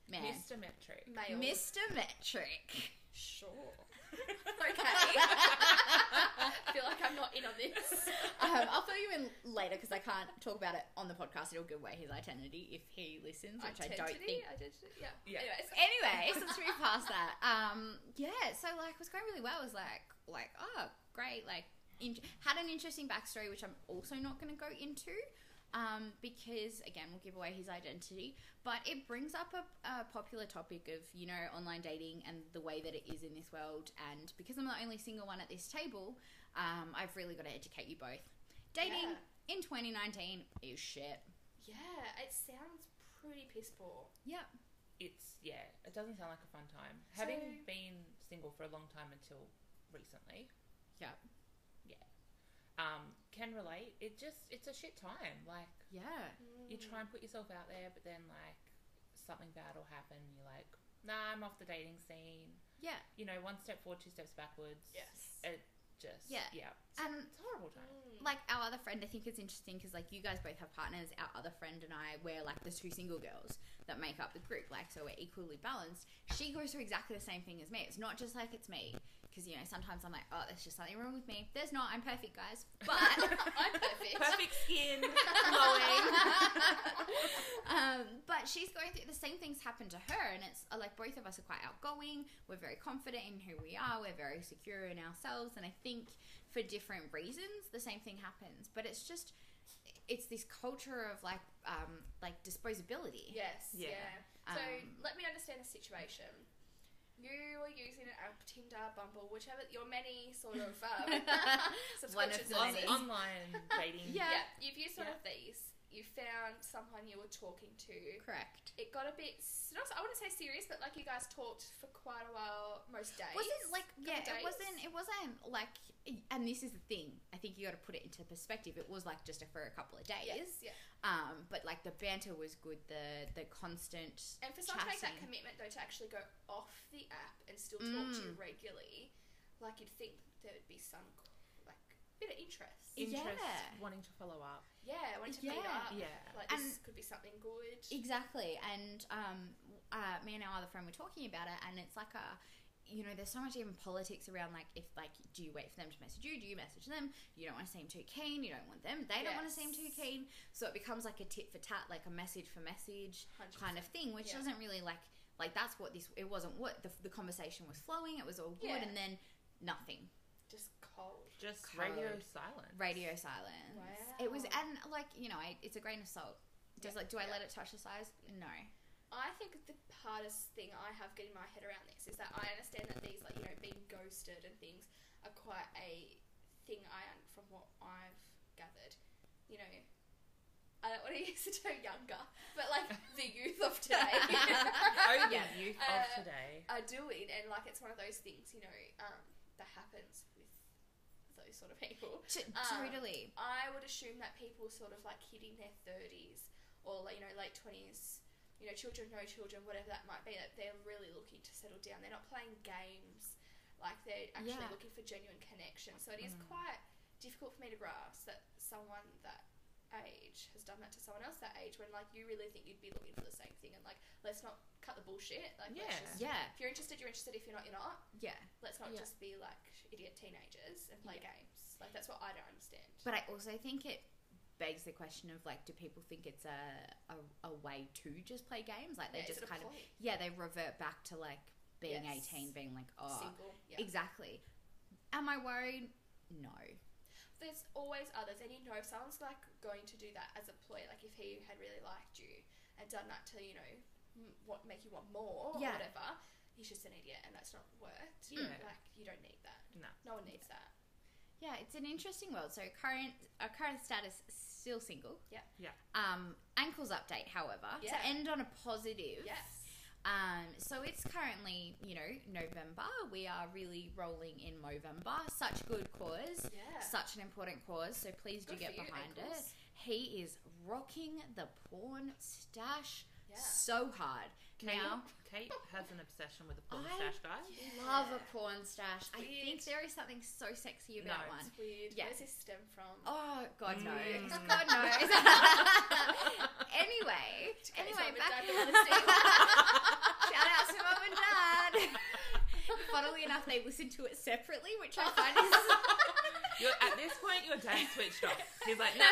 A: man,
C: Mr. Metric.
B: Male.
A: Mister Metric.
B: Sure.
A: Okay.
B: I feel like I'm not in on this.
A: um, I'll fill you in later because I can't talk about it on the podcast. It'll give away his identity if he listens, which I don't
B: Identity?
A: think
B: Identity? Yeah.
C: Yeah.
B: Anyways.
A: anyway, since we past that, um, yeah, so like was going really well. I was like, like, oh, great, like, in- had an interesting backstory, which I'm also not going to go into, um, because again, we'll give away his identity. But it brings up a, a popular topic of you know online dating and the way that it is in this world. And because I'm the only single one at this table, um, I've really got to educate you both. Dating in 2019 is shit.
B: Yeah, it sounds pretty piss poor.
A: Yep.
C: It's yeah. It doesn't sound like a fun time.
B: So-
C: Having been single for a long time until recently.
A: Yep.
C: Yeah. Um, can relate. It just it's a shit time. Like
A: Yeah.
C: you
B: Mm.
C: try
A: Mm.
C: and put yourself out there, but then like something bad will happen. You're like, nah, I'm off the dating scene.
A: Yeah.
C: You know, one step forward, two steps backwards.
B: Yes. Mm.
C: It just
A: Yeah.
C: yeah.
A: And
C: It's a horrible time.
A: like our other friend, I think it's interesting because like you guys both have partners. Our other friend and I, we're like the two single girls that make up the group. Like so, we're equally balanced. She goes through exactly the same thing as me. It's not just like it's me because you know sometimes I'm like, oh, there's just something wrong with me. There's not. I'm perfect, guys. But
B: I'm perfect.
C: Perfect skin, glowing.
A: um, but she's going through the same things happen to her, and it's uh, like both of us are quite outgoing. We're very confident in who we are. We're very secure in ourselves, and I think for different reasons, the same thing happens. But it's just, it's this culture of like, um, like disposability.
B: Yes. Yeah.
C: Yeah.
B: So
A: Um,
B: let me understand the situation. You were using an app, Tinder, Bumble, whichever your many sort of um, subscriptions.
A: the
B: on
A: many.
B: it.
A: On-
C: online dating.
A: Yeah.
B: yeah. You've used one of these. You found someone you were talking to.
A: Correct.
B: It got a bit. s- Not, I wouldn't say serious, but like you guys talked for quite a while, most days.
A: Wasn't like yeah, it
B: Couple days.
A: wasn't it wasn't like, and this is the thing. I think you got to put it into perspective. It was like just a, for a couple of days.
B: Yes. Yeah.
A: Um, but like the banter was good. The the constant
B: And for someone to make that
A: chatting.
B: commitment though to actually go off the app and still talk to
A: Mm.
B: you regularly, like you'd think there would be some like bit of
A: It-
B: interest.
C: Interest,
A: Yeah. Uh,
C: wanting to follow up.
B: yeah, wanting to meet
A: Yeah.
B: up.
C: Yeah.
B: Like
A: And-
B: this could be something good.
A: Exactly. And um, uh, me and our other friend were talking about it, and it's like a, you know, there's so much even politics around like if like do you wait for them to message you? Do you message them? You don't want to seem too keen. You don't want them. They don't want to seem too
B: Yes.
A: keen. So it becomes like a tit for tat, like a message for message
B: 100%.
A: kind of thing, which
B: Yeah.
A: doesn't really like like that's what this. It wasn't what the, the conversation was flowing. It was all good,
B: Yeah.
A: and then nothing.
B: Just cold.
C: Just
A: Code.
C: radio silence.
A: Radio silence. It was
B: Wow.
A: and like you know, I, it's a grain of salt. Just
B: Yeah.
A: like, do I
B: Yeah.
A: let it touch the size? No.
B: I think the hardest thing I have getting my head around this is that I understand that these, like, you know, being ghosted and things are quite a thing I, un- from what I've gathered, you know, I don't want to use the term younger, but like the youth of today
C: Oh, yeah,
A: Yeah.
C: youth
B: Uh,
C: of today.
B: are doing. And, like, it's one of those things, you know, um, that happens with those sort of people.
A: T-
B: Um,
A: totally.
B: I would assume that people sort of like hitting their thirties or like you know late twenties, you know children, no children, whatever that might be, that they're really looking to settle down. They're not playing games, like they're actually
A: Yeah.
B: looking for genuine connection. So it is
C: Mhm.
B: quite difficult for me to grasp that someone that age has done that to someone else that age when like you really think you'd be looking for the same thing and like let's not cut the bullshit. Like let's
C: Yeah.
B: just,
A: Yeah,
B: if you're interested, you're interested. If you're not, you're not.
A: yeah.
B: Let's not
C: Yeah.
B: just be like idiot teenagers and play games. Like that's what I don't understand.
A: But I also think it begs the question of like, do people think it's a a, a way to just play games? Like they
B: Yeah, is
A: just
B: it a
A: kind of
B: point?
A: yeah, they revert back to like being
B: Yes.
A: eighteen, being like, oh,
B: single. Yeah.
A: exactly. Am I worried? No.
B: There's always others, and you know, if someone's like going to do that as a ploy, like if he had really liked you and done that to you know, m- what make you want more
A: Yeah. Mm.
B: or whatever, he's just an idiot, and that's not worked.
C: Yeah.
B: Like you don't need that.
C: No.
B: No one needs that.
A: Yeah, it's an interesting world. So current our current status still single.
B: Yeah.
C: Yeah.
A: Um, ankles update, however, to
B: Yeah.
A: end on a positive.
B: Yes.
A: Um, so it's currently you know November. We are really rolling in Movember. Such good cause.
B: Yeah.
A: Such an important cause. So please do
B: Good
A: get
B: for you,
A: behind it.
B: Ankles.
A: He is rocking the porn stash
B: Yeah.
A: so hard.
C: Kate,
A: Now,
C: Kate has an obsession with the porn
A: I-
C: stash guy.
B: Yeah.
A: love a porn stash. I
B: Weird.
A: think there is something so sexy
C: No,
A: about
C: it's
A: one.
B: It's weird.
A: Yeah.
B: Where's this stem from?
A: Oh God
C: Mm.
A: knows. God knows. anyway,
B: It's great,
A: anyway,
B: Mum and
A: back
B: Dad
A: to
B: will
A: the Shout out to mum and dad. Funnily enough, they listen to it separately, which I find is
C: You're, at this point, your dad switched off. He's like, no,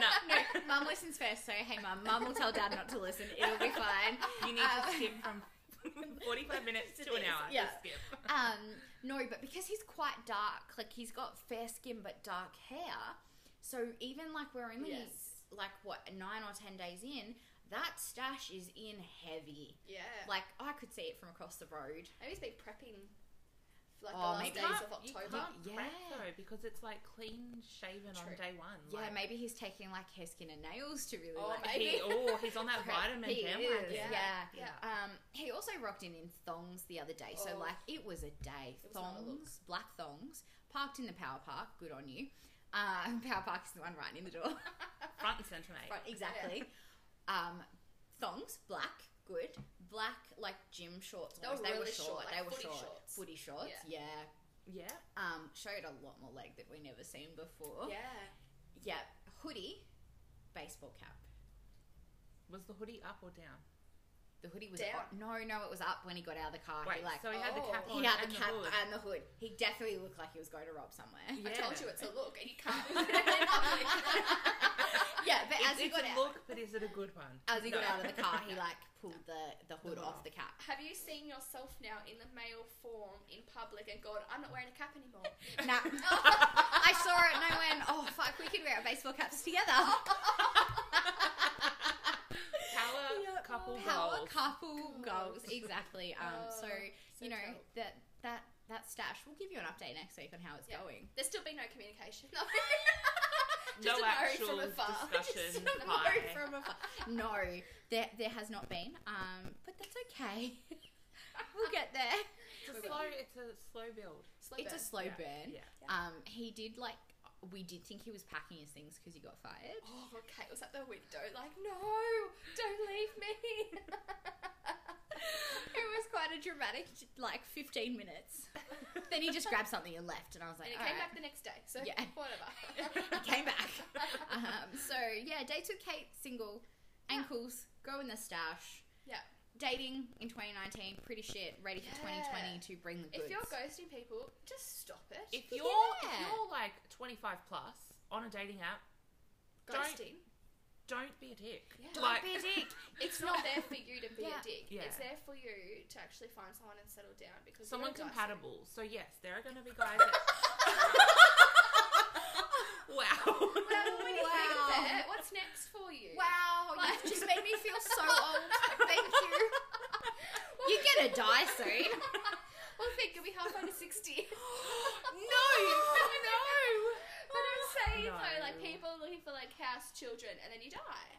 C: no,
A: no. Mum listens first, so hey, mum. Mum will tell dad not to listen. It'll be fine.
C: You need
A: Um,
C: to skip from 45 minutes to an
A: this,
C: hour.
A: yeah.
C: Just skip.
A: Um, no, but because he's quite dark, like he's got fair skin but dark hair. So even like we're only
B: Yes.
A: like what nine or ten days in, that stash is in heavy.
B: Yeah.
A: Like I could see it from across the road.
B: Maybe he's been prepping for like
A: Oh,
B: the last
A: maybe.
B: days of
C: You
B: October.
C: can't
A: Yeah.
C: crack, though, because it's like clean shaven on
B: True.
C: day one.
A: Yeah,
C: like,
A: maybe he's taking like hair, skin, and nails to really
B: Oh,
A: like.
B: maybe.
C: He, oh, he's on that
A: Correct.
C: vitamin
A: He
C: bandwagon.
A: is,
B: Yeah.
A: yeah.
B: Yeah.
A: Um, he also rocked in in thongs the other day, so
B: Oh.
A: like it was a day.
B: It was not a look.
A: Thongs, black thongs, parked in the power park. Good on you. Um, power park is the one right in the door.
C: Front and center, mate.
A: Right, exactly. Um, thongs, black, good. Black like gym shorts.
B: They were
A: almost.
B: really short, like
A: they were
B: footy
A: short.
B: shorts.
A: Footy shorts. Yeah.
C: Yeah.
A: Um, showed a lot more leg that we never seen before.
B: Yeah.
A: Yeah. Hoodie, baseball cap.
C: Was the hoodie up or down?
A: The hoodie was
B: Down.
A: on. No, no, it was up when he got out of the car. he
C: Wait,
A: like
C: so he had the
B: oh.
C: cap on
A: he had
C: and
A: the cap
C: hood.
A: and the hood. He definitely looked like he was going to rob somewhere.
B: I
C: Yeah.
B: told you it's a look, and you can't. put it in public.
A: yeah, but
C: It's-
A: as he
C: it's
A: got
C: a
A: out,
C: look, but is it a good one?
A: as he got
C: No.
A: out of the car, he like pulled the the hood
C: The
A: off
C: hood.
A: the cap.
B: Have you seen yourself now in the male form in public and gone, I'm not wearing a cap anymore?
A: Now I saw it and I went, oh fuck, we could wear our baseball caps together.
C: Power
A: Yeah.
C: couple
A: Power
C: goals.
A: couple
B: Goals.
A: goals, exactly. Um, so
B: Oh, so
A: you know
B: dope.
A: that that that stash. We'll give you an update next week on how it's
B: Yeah.
A: going.
B: There's still been no communication. No.
C: no
B: Just a
C: actual
B: from afar. Just
C: discussion.
A: No,
C: Hi.
A: from afar. No, there there has not been. Um, but that's okay. we'll get there.
C: It's a slow. It's a slow build.
B: Slow
A: It's a
B: burn.
A: slow
C: Yeah.
A: burn.
C: Yeah.
A: Um, he did like we did think he was packing his things because he got fired.
B: Oh, Kate was at the window, like, no, don't leave me.
A: It was quite a dramatic, like fifteen minutes. then he just grabbed something and left, and I was
B: and
A: like,
B: it
A: "All
B: came
A: right."
B: back the next day, so
A: Yeah.
B: whatever.
A: He came back. um, so yeah, dates with Kate, single,
B: Yeah.
A: ankles, growing the stash.
B: Yeah.
A: Dating in 2019, pretty shit. Ready for
B: Yeah.
A: 2020 to bring the goods.
B: If you're ghosting people, just stop it.
C: If you're if
A: Yeah.
C: you're like 25 plus on a dating app, don't-
B: ghosting.
C: don't be a dick.
B: Yeah.
A: Don't
C: Like-
A: be a dick.
B: It's not there for you to be
A: Yeah.
B: a dick.
C: Yeah.
B: It's there for you to actually find someone and settle down because
C: Someone
B: you're a ghost.
C: compatible. So yes, there are going to be guys. that... wow.
B: Well, when you think
A: Wow.
B: of that, what's next for you?
A: Wow,
B: Like-
A: you've just made me feel so old. Thank you.
C: Oh,
B: children and then you die.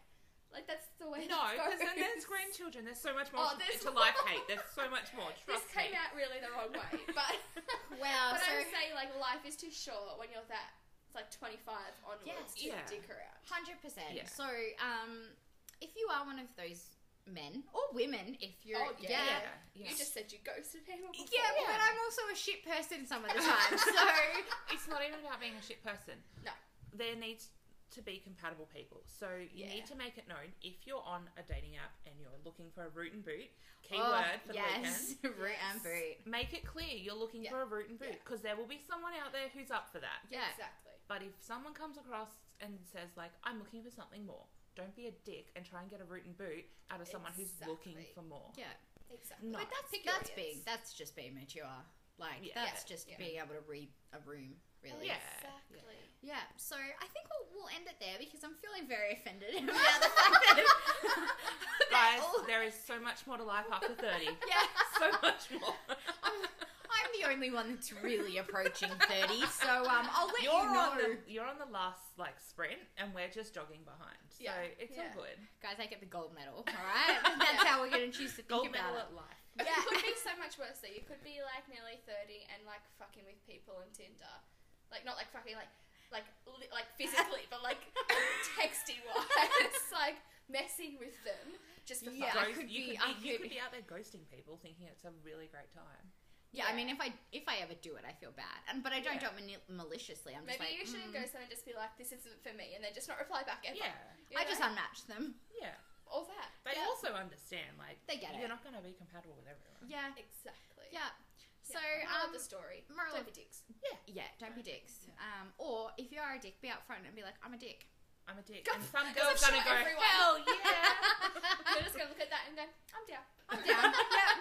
B: Like that's the way.
C: No,
B: it
C: because then
B: goes.
C: there's grandchildren. There's so much more
B: Oh,
C: to-
B: there's
C: to
B: more.
C: life hate. There's so much more.
B: This
C: Trust
B: came
C: me.
B: out really the wrong way, but
A: Wow.
B: but
A: so
B: I'm saying like life is too short when you're that it's like 25 onwards to
C: Yeah.
B: dick around.
A: Hundred percent.
C: Yeah.
A: So, um, if you are one of those men or women, if you're,
B: Oh, yeah.
A: yeah.
C: yeah.
B: You just said you ghosted people. Before.
A: Yeah, but I'm also a shit person some of the time. So
C: it's not even about being a shit person.
B: No.
C: There needs to be compatible people. So you
B: Yeah.
C: need to make it known if you're on a dating app and you're looking for a root and boot, keyword
A: Oh,
C: word for the
A: yes,
C: weekend.
A: root and boot.
C: Make it clear you're looking
A: Yeah.
C: for a root and boot
B: Yeah.
C: because there will be someone out there who's up for that.
A: Yeah.
B: exactly.
C: But if someone comes across and says like, "I'm looking for something more," don't be a dick and try and get a root and boot out of someone who's looking
B: Exactly.
C: for more.
A: Yeah,
B: Exactly.
C: No.
A: but that's
B: Pick your
A: that's
B: audience.
A: big. That's just being mature. Like
C: Yeah.
A: that's
B: Yeah.
A: just
B: Yeah.
A: being able to read a room, really.
C: Yeah.
B: Exactly.
A: Yeah, so I think we'll, we'll end it there because I'm feeling very offended about the fact that. that
C: Guys,
A: all-
C: there is so much more to life after thirty.
A: yeah,
C: so much more.
A: I'm the only one that's really approaching 30, so um, I'll let
C: you're
A: you know.
C: on the you're on the last like sprint, and we're just jogging behind. So
B: Yeah,
C: it's
B: yeah.
C: all good.
A: Guys, I get the gold medal, alright? That's how we're going to choose to think
C: Gold
A: about
C: medal
A: it.
C: at life.
B: But
A: Yeah.
B: It could be so much worse though. You could be like nearly thirty and like fucking with people on Tinder, like not like fucking like like li- like physically, but like texting wise, like messing with them just for
A: Yeah,
B: fun.
A: I could be-
C: you Could be
A: I
C: you
A: could-
C: could be out there ghosting people, thinking it's a really great time.
A: Yeah, I
B: Yeah.
A: mean, if I if I ever do it, I feel bad, and but I don't do it mani- maliciously. I'm just
B: Maybe
A: like,
B: you shouldn't
A: mm,
B: go somewhere and just be like, "This isn't for me," and then just not reply back ever.
C: Yeah,
B: You
A: I
B: know?
A: just unmatch them.
C: yeah.
B: all that.
C: They
B: Yeah.
C: also understand like
A: They get
C: you're
A: it.
C: not going to be compatible with everyone.
A: Yeah,
B: exactly.
A: yeah. So
B: moral
A: um,
B: of the story.
A: moral
B: Don't
A: of-
B: be dicks.
A: yeah, don't be dicks. Um, or if you are a dick, be upfront and be like, I'm a dick.
C: I'm a dick,
B: Go-
C: and some
B: Because I'm
C: girls going to
B: sure
C: go
B: everyone-
C: hell yeah.
B: You're just gonna look at that and go, "I'm down."
A: I'm down. yeah,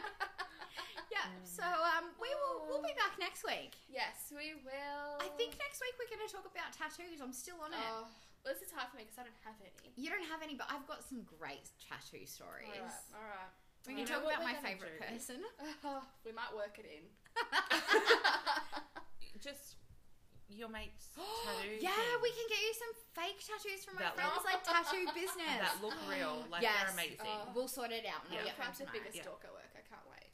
A: yeah. So um, we will we'll be back next week.
B: Yes, we will.
A: I think next week we're going to talk about tattoos. I'm still on it.
B: Oh, well, this is hard for me because I don't have any.
A: You don't have any, but I've got some great tattoo stories.
B: All right, all right.
A: We
C: You
A: can talk
C: know what
A: about
C: we're
A: my
C: gonna
A: favorite
C: do?
A: person.
B: Oh, we might work it in.
C: Just your mate's tattoo.
A: yeah,
C: thing
A: we can get you some fake tattoos from my
C: That
A: friends,
B: look-
A: like tattoo business.
C: that look real. Like
A: Yes.
C: they're amazing.
B: Oh.
A: we'll sort it out. And
B: Yeah,
A: I'll
B: yeah,
A: get
B: perhaps
A: them
B: the biggest
A: tonight.
C: yeah.
B: stalker work. I can't wait.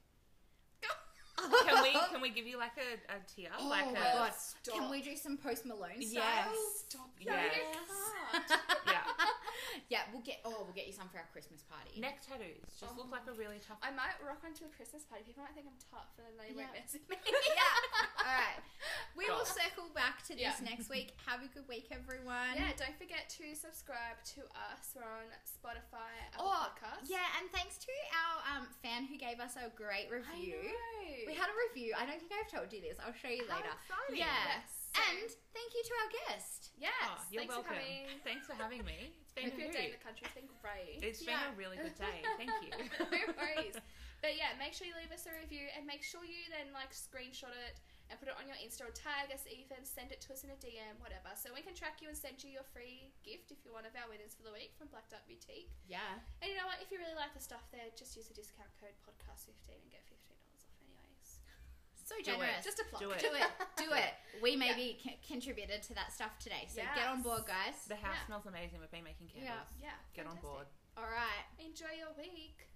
C: Can we can we give you like a, a tier?
A: Oh
C: like
A: my
C: a,
A: God.
B: Stop.
A: Can we do some Post Malone style?
C: Oh, Yes.
B: Stop.
C: No,
B: Yeah.
C: you Yeah.
A: Yeah, we'll get. Oh, we'll get you some for our Christmas party.
C: Neck tattoos just look like a really tough.
B: I might rock onto a Christmas party. People might think I'm tough, and then they won't
A: Yeah.
B: mess with me.
A: yeah. All right. We will
C: God.
A: circle back to this
B: Yeah.
A: next week. Have a good week, everyone.
B: yeah. Don't forget to subscribe to us. We're on Spotify, Apple
A: Oh,
B: Podcasts.
A: Yeah, and thanks to our um, fan who gave us a great
B: I
A: review.
B: know.
A: We had a review. I don't think I've told you this. I'll show you
C: How
A: later.
C: exciting.
A: Yeah.
B: Yes. So-
A: And thank you to our guest.
B: yes.
C: Oh, you're
B: Thanks for
C: welcome.
B: coming.
C: Thanks for having me. It's been
B: Hope your
C: a
B: day in the
C: hoot.
B: country has been great.
C: It's
A: Yeah.
C: been a really good day. Thank you.
B: no worries. But yeah, make sure you leave us a review and make sure you then like screenshot it and put it on your Insta or tag us even, send it to us in a DM, whatever. So we can track you and send you your free gift if you're one of our winners for the week from Black Dot Boutique.
A: Yeah.
B: And you know what? If you really like the stuff there, just use the discount code podcast15 and get $15 off anyways.
A: So
C: Do it.
A: generous.
B: Just a plug.
C: Do it.
A: Do it. Do it. We maybe c contributed to that stuff today. So get on
B: Yes.
A: board, guys.
C: The house
B: Yeah.
C: smells amazing. We've been making
A: Yeah.
C: candles.
B: Yeah.
C: Get on
B: fantastic.
C: board.
A: All right.
B: Enjoy your week.